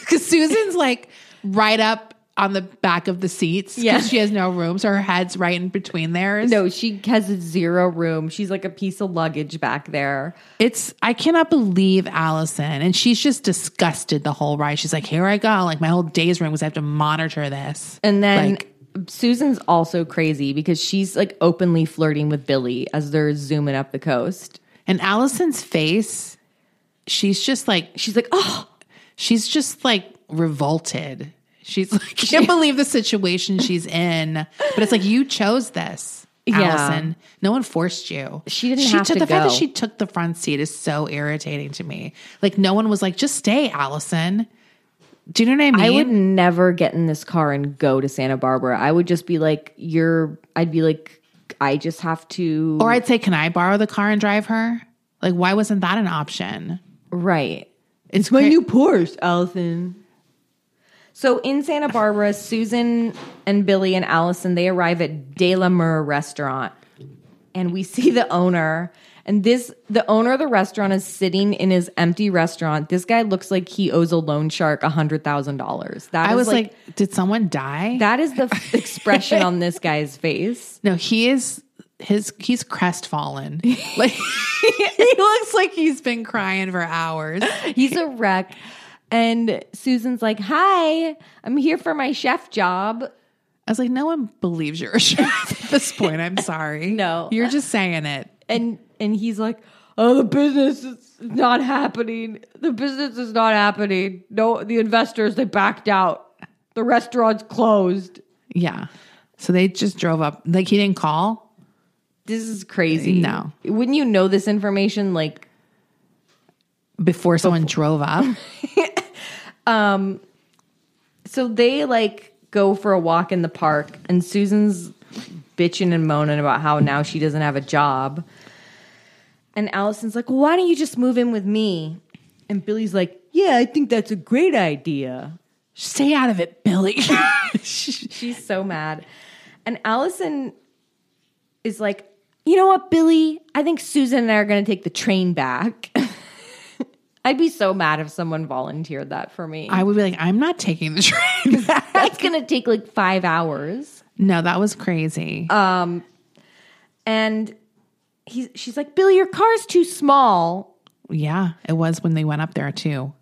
Because Susan's like right up on the back of the seats because
Yeah.
she has no room. So her head's right in between theirs.
no, she has zero room. She's like a piece of luggage back there.
It's, I cannot believe Allison. And she's just disgusted the whole ride. She's like, here I go. Like my whole day's ring was I have to monitor this.
And then
Like-
Susan's also crazy because she's like openly flirting with Billy as they're zooming up the coast.
And Allison's face, she's just like, she's like, oh, she's just like revolted. She's like, can't believe the situation she's in. But it's like, you chose this,
Yeah.
Allison. No one forced you.
She didn't have
took,
to
The fact that
go.
she took the front seat is so irritating to me. Like, no one was like, just stay, Allison. Do you know what I
I
mean?
would never get in this car and go to Santa Barbara. I would just be like, you're, I'd be like, I just have to.
or I'd say, can I borrow the car and drive her? Like, why wasn't that an option?
right. It's my new Porsche, Allison. So in Santa Barbara, Susan and Billy and Allison, they arrive at De La Mer restaurant and we see the owner. And this, the owner of the restaurant is sitting in his empty restaurant. This guy looks like he owes a loan shark $100,000. That
I
is,
was like, did someone die?
that is the f- expression on this guy's face.
No, he is his he's crestfallen. Like he looks like he's been crying for hours.
He's a wreck. And Susan's like, Hi, I'm here for my chef job.
I was like, no one believes you're a chef at this point. I'm sorry.
No.
You're just saying it.
And and he's like, Oh, the business is not happening. The business is not happening. No, the investors, they backed out. The restaurant's closed.
Yeah. So they just drove up. Like he didn't call.
This is crazy.
No.
Wouldn't you know this information? Like,
Before someone drove up,
so they like go for a walk in the park, and Susan's bitching and moaning about how now she doesn't have a job. And Allison's like, well, why don't you just move in with me? And Billy's like, yeah, I think that's a great idea.
stay out of it, Billy.
She's so mad. And Allison is like, you know what, Billy? I think Susan and I are going to take the train back. I'd be so mad if someone volunteered that for me.
I would be like, I'm not taking the train.
That's going to take like five hours.
no, that was crazy.
and he's she's like, Billy, your car's too small,
yeah, it was when they went up there too.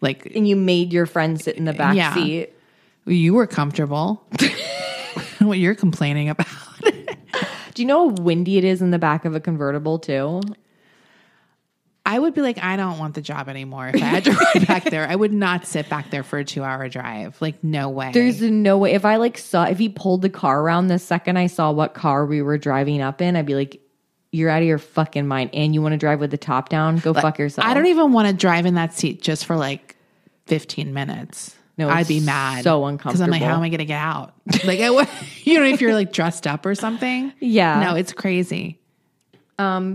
Like
and you made your friend sit in the back
Yeah.
seat.
you were comfortable. what you're complaining about.
Do you know how windy it is in the back of a convertible too?
I would be like, I don't want the job anymore. If I had to ride back there, I would not sit back there for a two hour drive. Like, no way.
There's no way. If I like saw if he pulled the car around the second I saw what car we were driving up in, I'd be like, "You're out of your fucking mind." And you want to drive with the top down? Go fuck yourself.
I don't even want to drive in that seat just for like 15 minutes.
No,
I'd
it's
be mad.
so
Because I'm like,
uncomfortable.
how am I going to get out? Like, I would, you know, if you're like dressed up or something.
Yeah.
No, it's crazy. e-,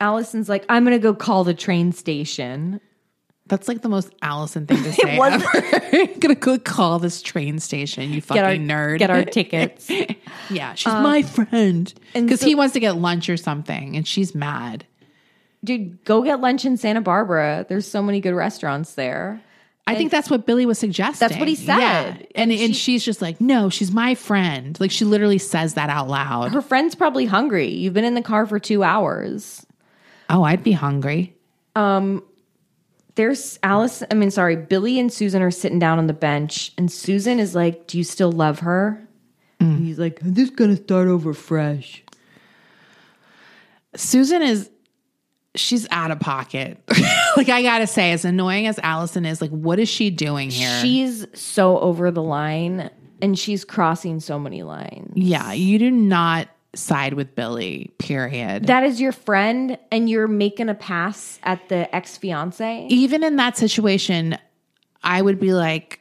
Allison's like, "I'm gonna go call the train station."
That's like the most Allison thing to say
wasn't-
ever. I'm gonna go call this train station. You fucking
our
nerd.
Get our tickets.
yeah, she's my friend
Um, and
because
so-
he wants to get lunch or something, and she's mad.
Dude, go get lunch in Santa Barbara. There's so many good restaurants there.
I think that's what Billy was suggesting.
That's what he said.
And, and she's just like, no, she's my friend. Like she literally says that out loud.
Her friend's probably hungry. You've been in the car for two hours.
oh, I'd be hungry.
There's Alice, I mean, sorry, Billy and Susan are sitting down on the bench, and Susan is like, Do you still love her? And He's like,
I'm just gonna start over fresh.
Susan is she's out of pocket. like I gotta say, as annoying as Allison is, like what is she doing here?
She's so over the line, and she's crossing so many lines.
yeah, you do not side with Billy, period.
That is your friend, and you're making a pass at the ex fiance.
Even in that situation, I would be like,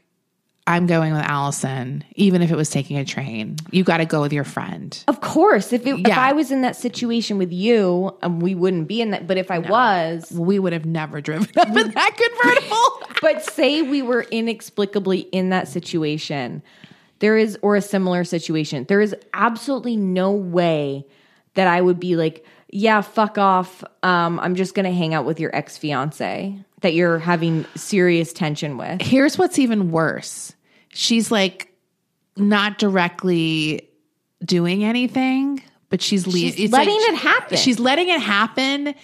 I'm going with Allison, even if it was taking a train. You gotta go with your friend.
Of course, if it, if
Yeah.
I was in that situation with you, um, we wouldn't be in that. But if I was,
We would have never driven up in that convertible.
but say we were inexplicably in that situation, there is or a similar situation, there is absolutely no way that I would be like, yeah, fuck off. Um, I'm just gonna hang out with your ex fiance that you're having serious tension with.
here's what's even worse she's like not directly doing anything but she's, le-
She's
it's
letting
like-
it happen.
she's letting it happen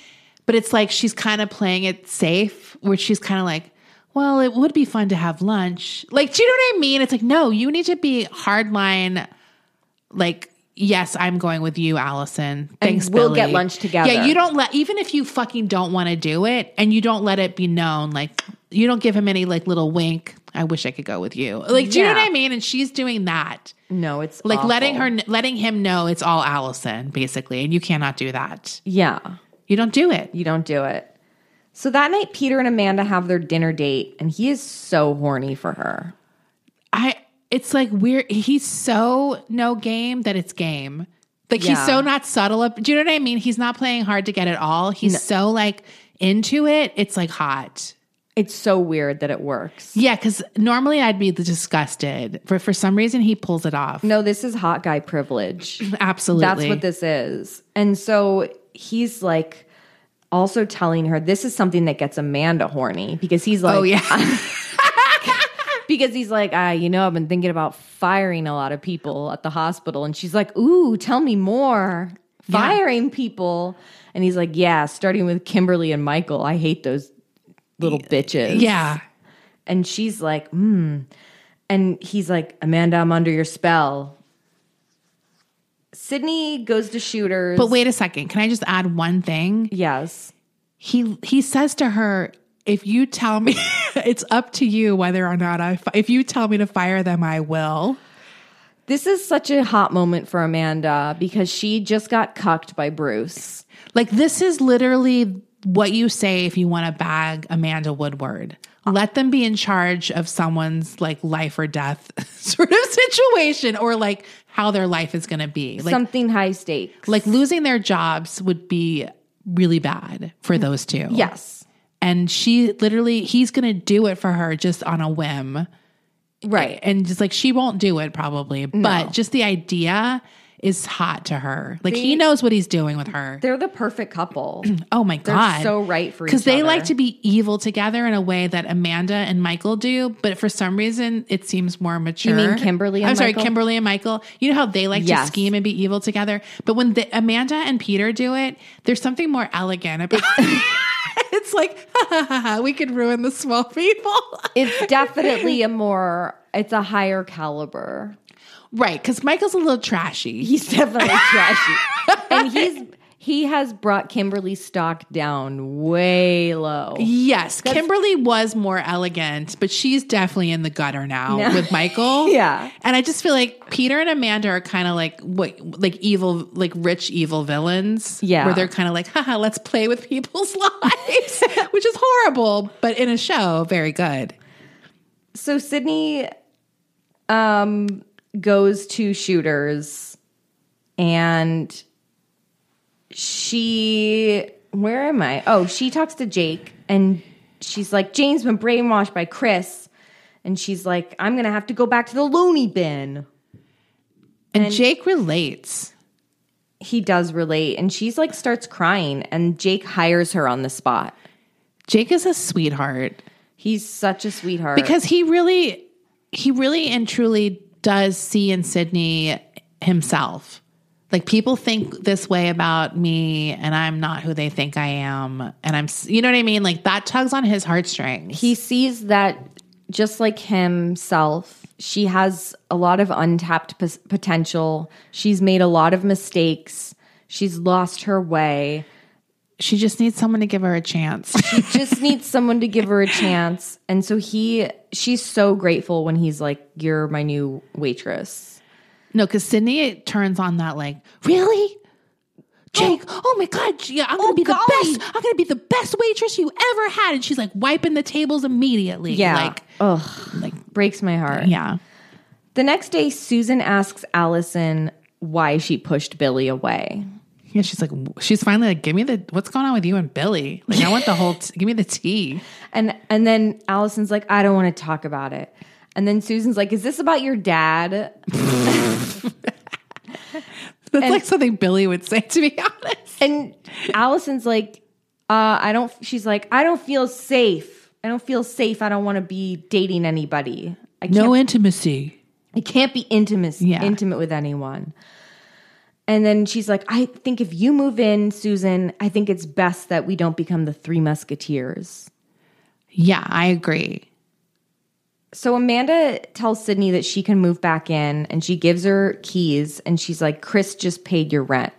but it's like she's kind of playing it safe where she's kind of like well it would be fun to have lunch like do you know what i mean it's like no you need to be hardline like yes i'm going with you allison thanks
we'll
Billy."
get lunch together.
yeah you don't let even if you fucking don't want to do it and you don't let it be known like you don't give him any like little wink i wish i could go with you like do you know
Yeah.
what i mean and she's doing that
No, it's
like
awful.
letting her letting him know it's all allison basically and you cannot do that
Yeah.
you don't do it
You don't do it. So that night, Peter and Amanda have their dinner date, and he is so horny for her.
I it's like weird. He's so no game that it's game. Like he's
Yeah.
so not subtle. Do you know what I mean? He's not playing hard to get at all. He's so like into it. It's like hot.
It's so weird that it works.
Yeah, because normally I'd be disgusted, but for some reason he pulls it off.
No, this is hot guy privilege.
Absolutely,
That's what this is. And so he's like also telling her this is something that gets Amanda horny because he's like,
Oh yeah,
because he's like, ah, you know, I've been thinking about firing a lot of people at the hospital. And she's like, ooh, tell me more. Firing people. And he's like, yeah, starting with Kimberly and Michael. I hate those little bitches.
yeah.
And she's like, hmm. And he's like, Amanda, I'm under your spell. Sydney goes to shooters.
But wait a second. Can I just add one thing?
Yes.
he he says to her if you tell me it's up to you whether or not i fi- if you tell me to fire them i will
This is such a hot moment for Amanda because she just got cucked by Bruce.
like this is literally what you say if you want to bag amanda woodward
Ah.
let them be in charge of someone's like life or death sort of situation or like how their life is going to be like
Something high stakes.
like losing their jobs would be really bad for those two
yes.
and she literally he's going to do it for her just on a whim
Right.
and just like she won't do it probably but just the idea is hot to her like he knows what he's doing with her
They're the perfect couple.
oh my
they're
god
so right for
because
each
they
other.
like to be evil together in a way that amanda and michael do but for some reason it seems more mature
mean Kimberly and
i'm sorry
Michael?
kimberly and michael you know how they like
Yes.
to scheme and be evil together but when the, amanda and peter do it there's something more elegant about it it's like ha, ha, ha, ha, we could ruin the small people
it's definitely a more it's a higher caliber.
right because michael's a little trashy
He's definitely trashy. and he's he has brought Kimberly stock down way low.
Yes, Kimberly was more elegant, but she's definitely in the gutter now with Michael.
Yeah.
And I just feel like Peter and Amanda are kind of like what like evil like rich evil villains.
Yeah.
Where they're kind of like, haha, let's play with people's lives. which is horrible, but in a show, very good.
So Sydney um goes to shooters and she where am I? Oh, she talks to Jake and she's like, Jane's been brainwashed by Chris. And she's like, I'm going to have to go back to the loony bin.
And, Jake relates.
He does relate. And she's like, starts crying. And Jake hires her on the spot.
Jake is a sweetheart
He's such a sweetheart.
because he really, he really and truly does see in Sydney himself. Like people think this way about me, and I'm not who they think I am, and I'm, s- you know what I mean. Like that tugs on his heartstrings.
he sees that just like himself she has a lot of untapped p- potential she's made a lot of mistakes she's lost her way
she just needs someone to give her a chance.
just needs someone to give her a chance and so he she's so grateful when he's like you're my new waitress
No, because Sydney it turns on that like, really? Jake, oh, my God, yeah, I'm gonna be the best. I'm gonna be the best waitress you ever had. And she's like wiping the tables immediately.
yeah
Like,
ugh
like-
breaks my heart
yeah.
the next day susan asks allison why she pushed billy away
Yeah, she's like, she's finally like, give me the, what's going on with you and Billy? Like, I want the whole, t- give me the tea.
And and then Allison's like, I don't want to talk about it. And then Susan's like, Is this about your dad?
That's like something Billy would say, to be honest.
And Allison's like, uh, I don't. She's like, I don't feel safe. I don't feel safe. I don't want to be dating anybody. I can't.
intimacy.
I can't be intimate.
Yeah.
Intimate with anyone. And then she's like, I think if you move in, Susan, I think it's best that we don't become the Three Musketeers.
Yeah, I agree.
So Amanda tells Sydney that she can move back in and she gives her keys and she's like, Chris just paid your rent.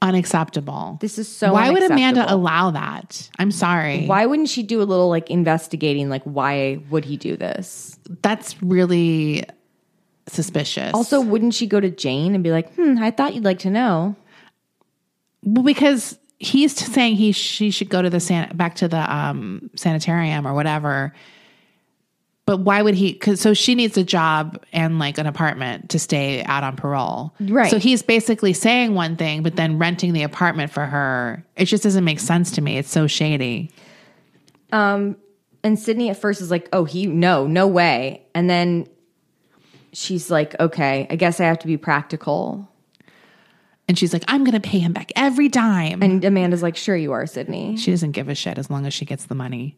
Unacceptable.
This is so
Why would Amanda
unacceptable.
allow that? I'm sorry.
Why wouldn't she do a little like investigating? Like, why would he do this?
That's really suspicious.
Also, wouldn't she go to Jane and be like, hmm, I thought you'd like to know?
Well, because he's t- saying he she should go to the san- back to the um, sanitarium or whatever. But why would he? Cause, so she needs a job and like an apartment to stay out on parole.
Right.
So he's basically saying one thing, but then renting the apartment for her. It just doesn't make sense to me. It's so shady.
And Sydney at first is like, oh, he, no, no way. And then she's like, okay, I guess I have to be practical.
And she's like, I'm going to pay him back every dime.
And Amanda's like, sure you are, Sydney.
she doesn't give a shit as long as she gets the money.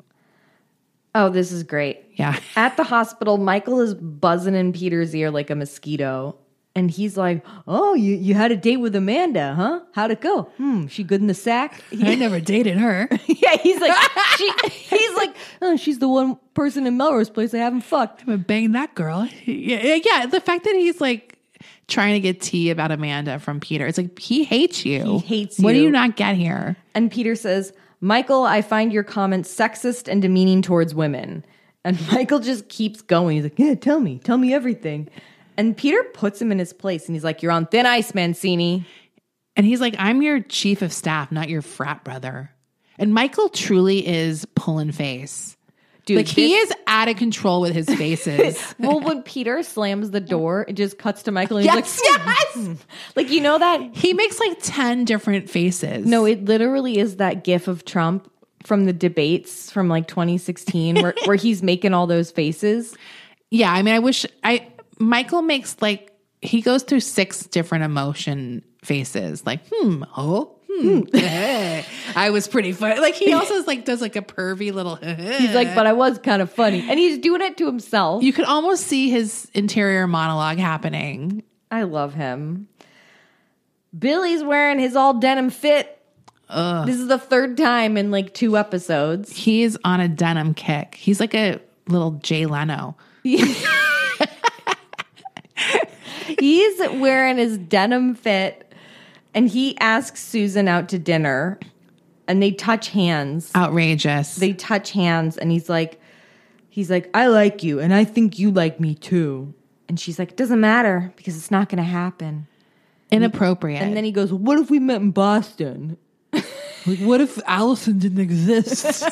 Oh, this is great.
Yeah.
At the hospital, Michael is buzzing in Peter's ear like a mosquito. And he's like, Oh, you, you had a date with Amanda, huh? How'd it go? Hmm, she good in the sack?
I never dated her.
Yeah, he's like, she, he's like, oh, she's the one person in Melrose Place I haven't fucked.
but bang that girl. Yeah, yeah, yeah. The fact that he's like trying to get tea about Amanda from Peter. It's like he hates you.
He hates
What do
you.
you not get here?
And Peter says, Michael, I find your comments sexist and demeaning towards women. And Michael just keeps going. He's like, yeah, tell me, tell me everything. And Peter puts him in his place and he's like, you're on thin ice, Mancini.
And he's like, I'm your chief of staff, not your frat brother. And Michael truly is pulling face.
Dude,
like he
this-
is out of control with his faces.
Well, when Peter slams the door, it just cuts to Michael and he's
Yes,
like, yes! Like, you know that?
he makes like 10 different faces.
No, it literally is that gif of Trump from the debates from like 2016 where, where he's making all those faces.
Yeah, I mean, I wish I Michael makes like he goes through six different emotion faces, like hmm, oh, hmm, eh, I was pretty funny. Like he also is, like does like a pervy little.
He's like, but I was kind of funny. And he's doing it to himself.
you could almost see his interior monologue happening.
I love him. Billy's wearing his all denim fit. This is the third time in like two episodes.
He's on a denim kick. He's like a little Jay Leno.
He's wearing his denim fit and he asks Susan out to dinner and they touch hands.
Outrageous.
they touch hands and he's like he's like i like you and i think you like me too and she's like doesn't matter because it's not gonna happen
Inappropriate.
and then he goes what if we met in boston
what if Allison didn't exist?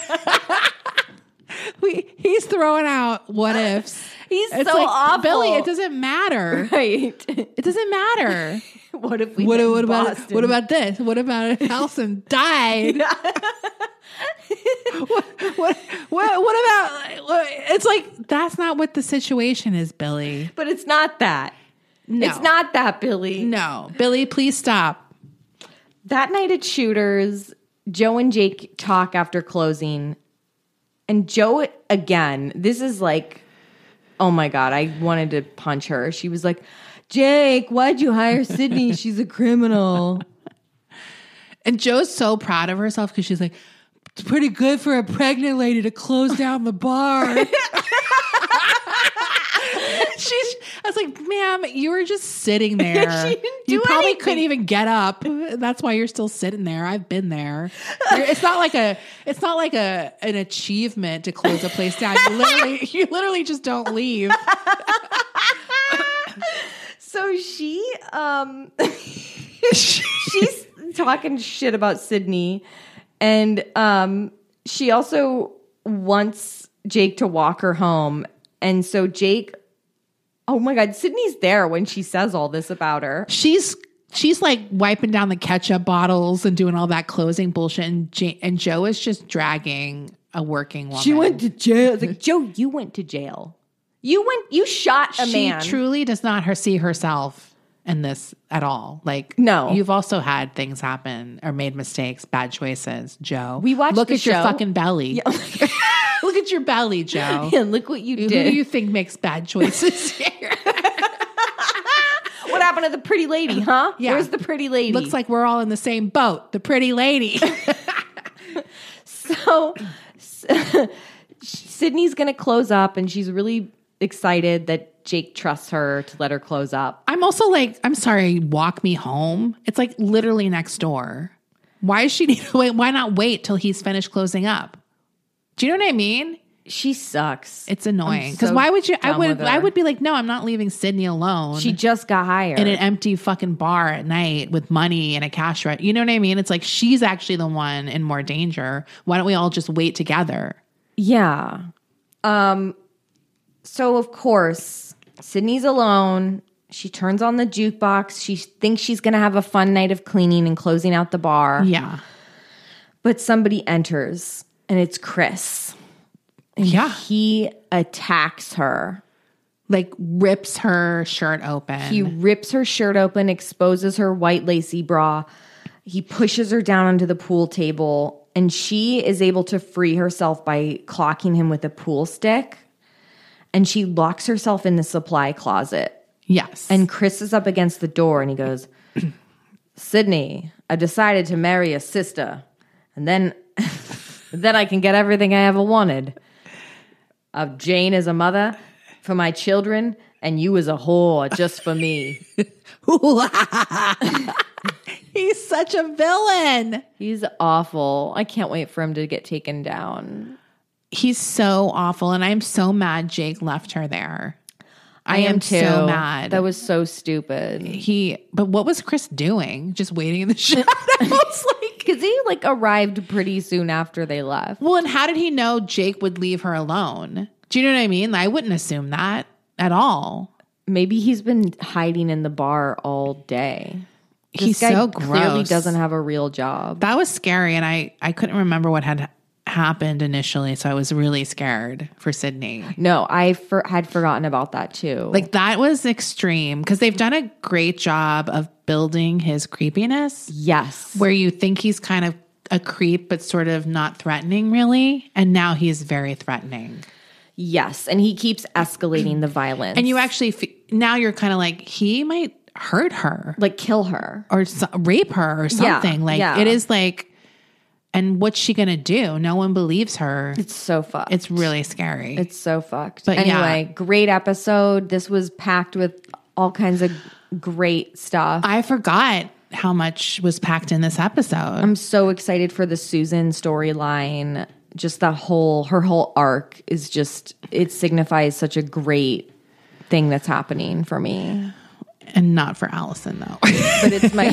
we, he's throwing out what ifs.
he's
It's
so
like,
awful
Billy, it doesn't matter.
right
It doesn't matter.
what if we
what,
met
what
in
about
Boston?
what about this? What about if Allison died? what, what, what about? what- It's like that's not what the situation is, Billy.
But it's not that.
No,
It's not that, Billy.
No, Billy, please stop.
That night at Shooters, Joe and Jake talk after closing. And Joe, again, this is like, oh my God, I wanted to punch her. She was like, Jake, why'd you hire Sydney? She's a criminal.
And Joe's so proud of herself because she's like, it's pretty good for a pregnant lady to close down the bar. She's, I was like, ma'am, you were just sitting there. you probably couldn't even get up. That's why you're still sitting there. I've been there. You're- it's not like a, it's not like a an achievement to close a place down. You literally, you literally just don't leave.
So she, um, she's talking shit about Sydney, and um, she also wants Jake to walk her home. And so Jake, oh my God, Sydney's there when she says all this about her.
she's she's like wiping down the ketchup bottles and doing all that closing bullshit and J- and Joe is just dragging a working woman. She
to jail. I was like, Joe, you went to jail. You went. You shot a
she
man.
truly does not her see herself in this at all. Like
No.
You've also had things happen or made mistakes, bad choices, Joe.
We watched
Look
the
at your
show.
fucking belly. Look at your belly, Joe.
and look what you
Who do
did.
you think makes bad choices here?
what happened to the pretty lady, huh?
Yeah.
Where's the pretty lady?
Looks like we're all in the same boat. The pretty lady.
so S- Sydney's going to close up, and she's really excited that Jake trusts her to let her close up.
I'm also like, I'm sorry, walk me home. It's like literally next door. Why is she need to wait? Why not wait till he's finished closing up? Do you know what I mean?
She sucks.
It's annoying.
I'm
Because
so
why would you I
done
would
with
I
her.
would be like, no, I'm not leaving Sydney alone
she just got hired.
in an empty fucking bar at night with money and a cash rent. You know what I mean? It's like she's actually the one in more danger. Why don't we all just wait together?
Yeah. Um so of course, Sydney's alone. She turns on the jukebox. She thinks she's going to have a fun night of cleaning and closing out the bar.
Yeah.
But somebody enters and it's Chris.
Yeah.
He attacks her.
Like rips her shirt open.
He rips her shirt open, exposes her white lacy bra. He pushes her down onto the pool table, and she is able to free herself by clocking him with a pool stick. And she locks herself in the supply closet.
yes.
And Chris is up against the door and he goes, Sydney, I decided to marry a sister. And then then I can get everything I ever wanted. Of Jane as a mother for my children, and you as a whore just for me.
he's such a villain.
He's awful. I can't wait for him to get taken down.
He's so awful, and I'm so mad Jake left her there. I, am,
too.
so mad.
That was so stupid.
he. But what was Chris doing? Just waiting in the shadows. like,
Because he like arrived pretty soon after they left.
well, and how did he know Jake would leave her alone? Do you know what I mean? I wouldn't assume that at all.
Maybe he's been hiding in the bar all day. This
he's
guy
so gross.
clearly doesn't have a real job.
that was scary, and I I couldn't remember what had happened initially, so I was really scared for Sydney.
No, I for- had forgotten about that too.
Like that was extreme because they've done a great job of building his creepiness.
yes,
where you think he's kind of a creep but sort of not threatening really and now he's very threatening
yes, and he keeps escalating the violence,
and you actually f- now you're kind of like he might hurt her
like kill her.
or so- rape her or something like
yeah.
it is like and what's she gonna do no one believes her
It's so fucked.
it's really scary
it's so fucked.
But yeah.
anyway, great episode. This was packed with all kinds of great stuff.
i forgot how much was packed in this episode
I'm so excited for the Susan storyline. Just the whole her whole arc is just it signifies such a great thing that's happening for me.
and not for allison though
but it's my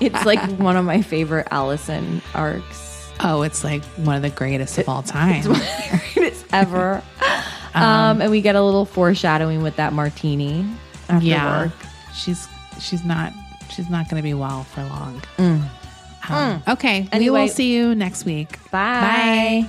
it's like one of my favorite Allison arcs
oh it's like one of the greatest of all time
it's ever. Um, and we get a little foreshadowing with that martini after
yeah
work.
she's she's not she's not going to be well for long Um, okay we
Anyway.
will see you next week
Bye.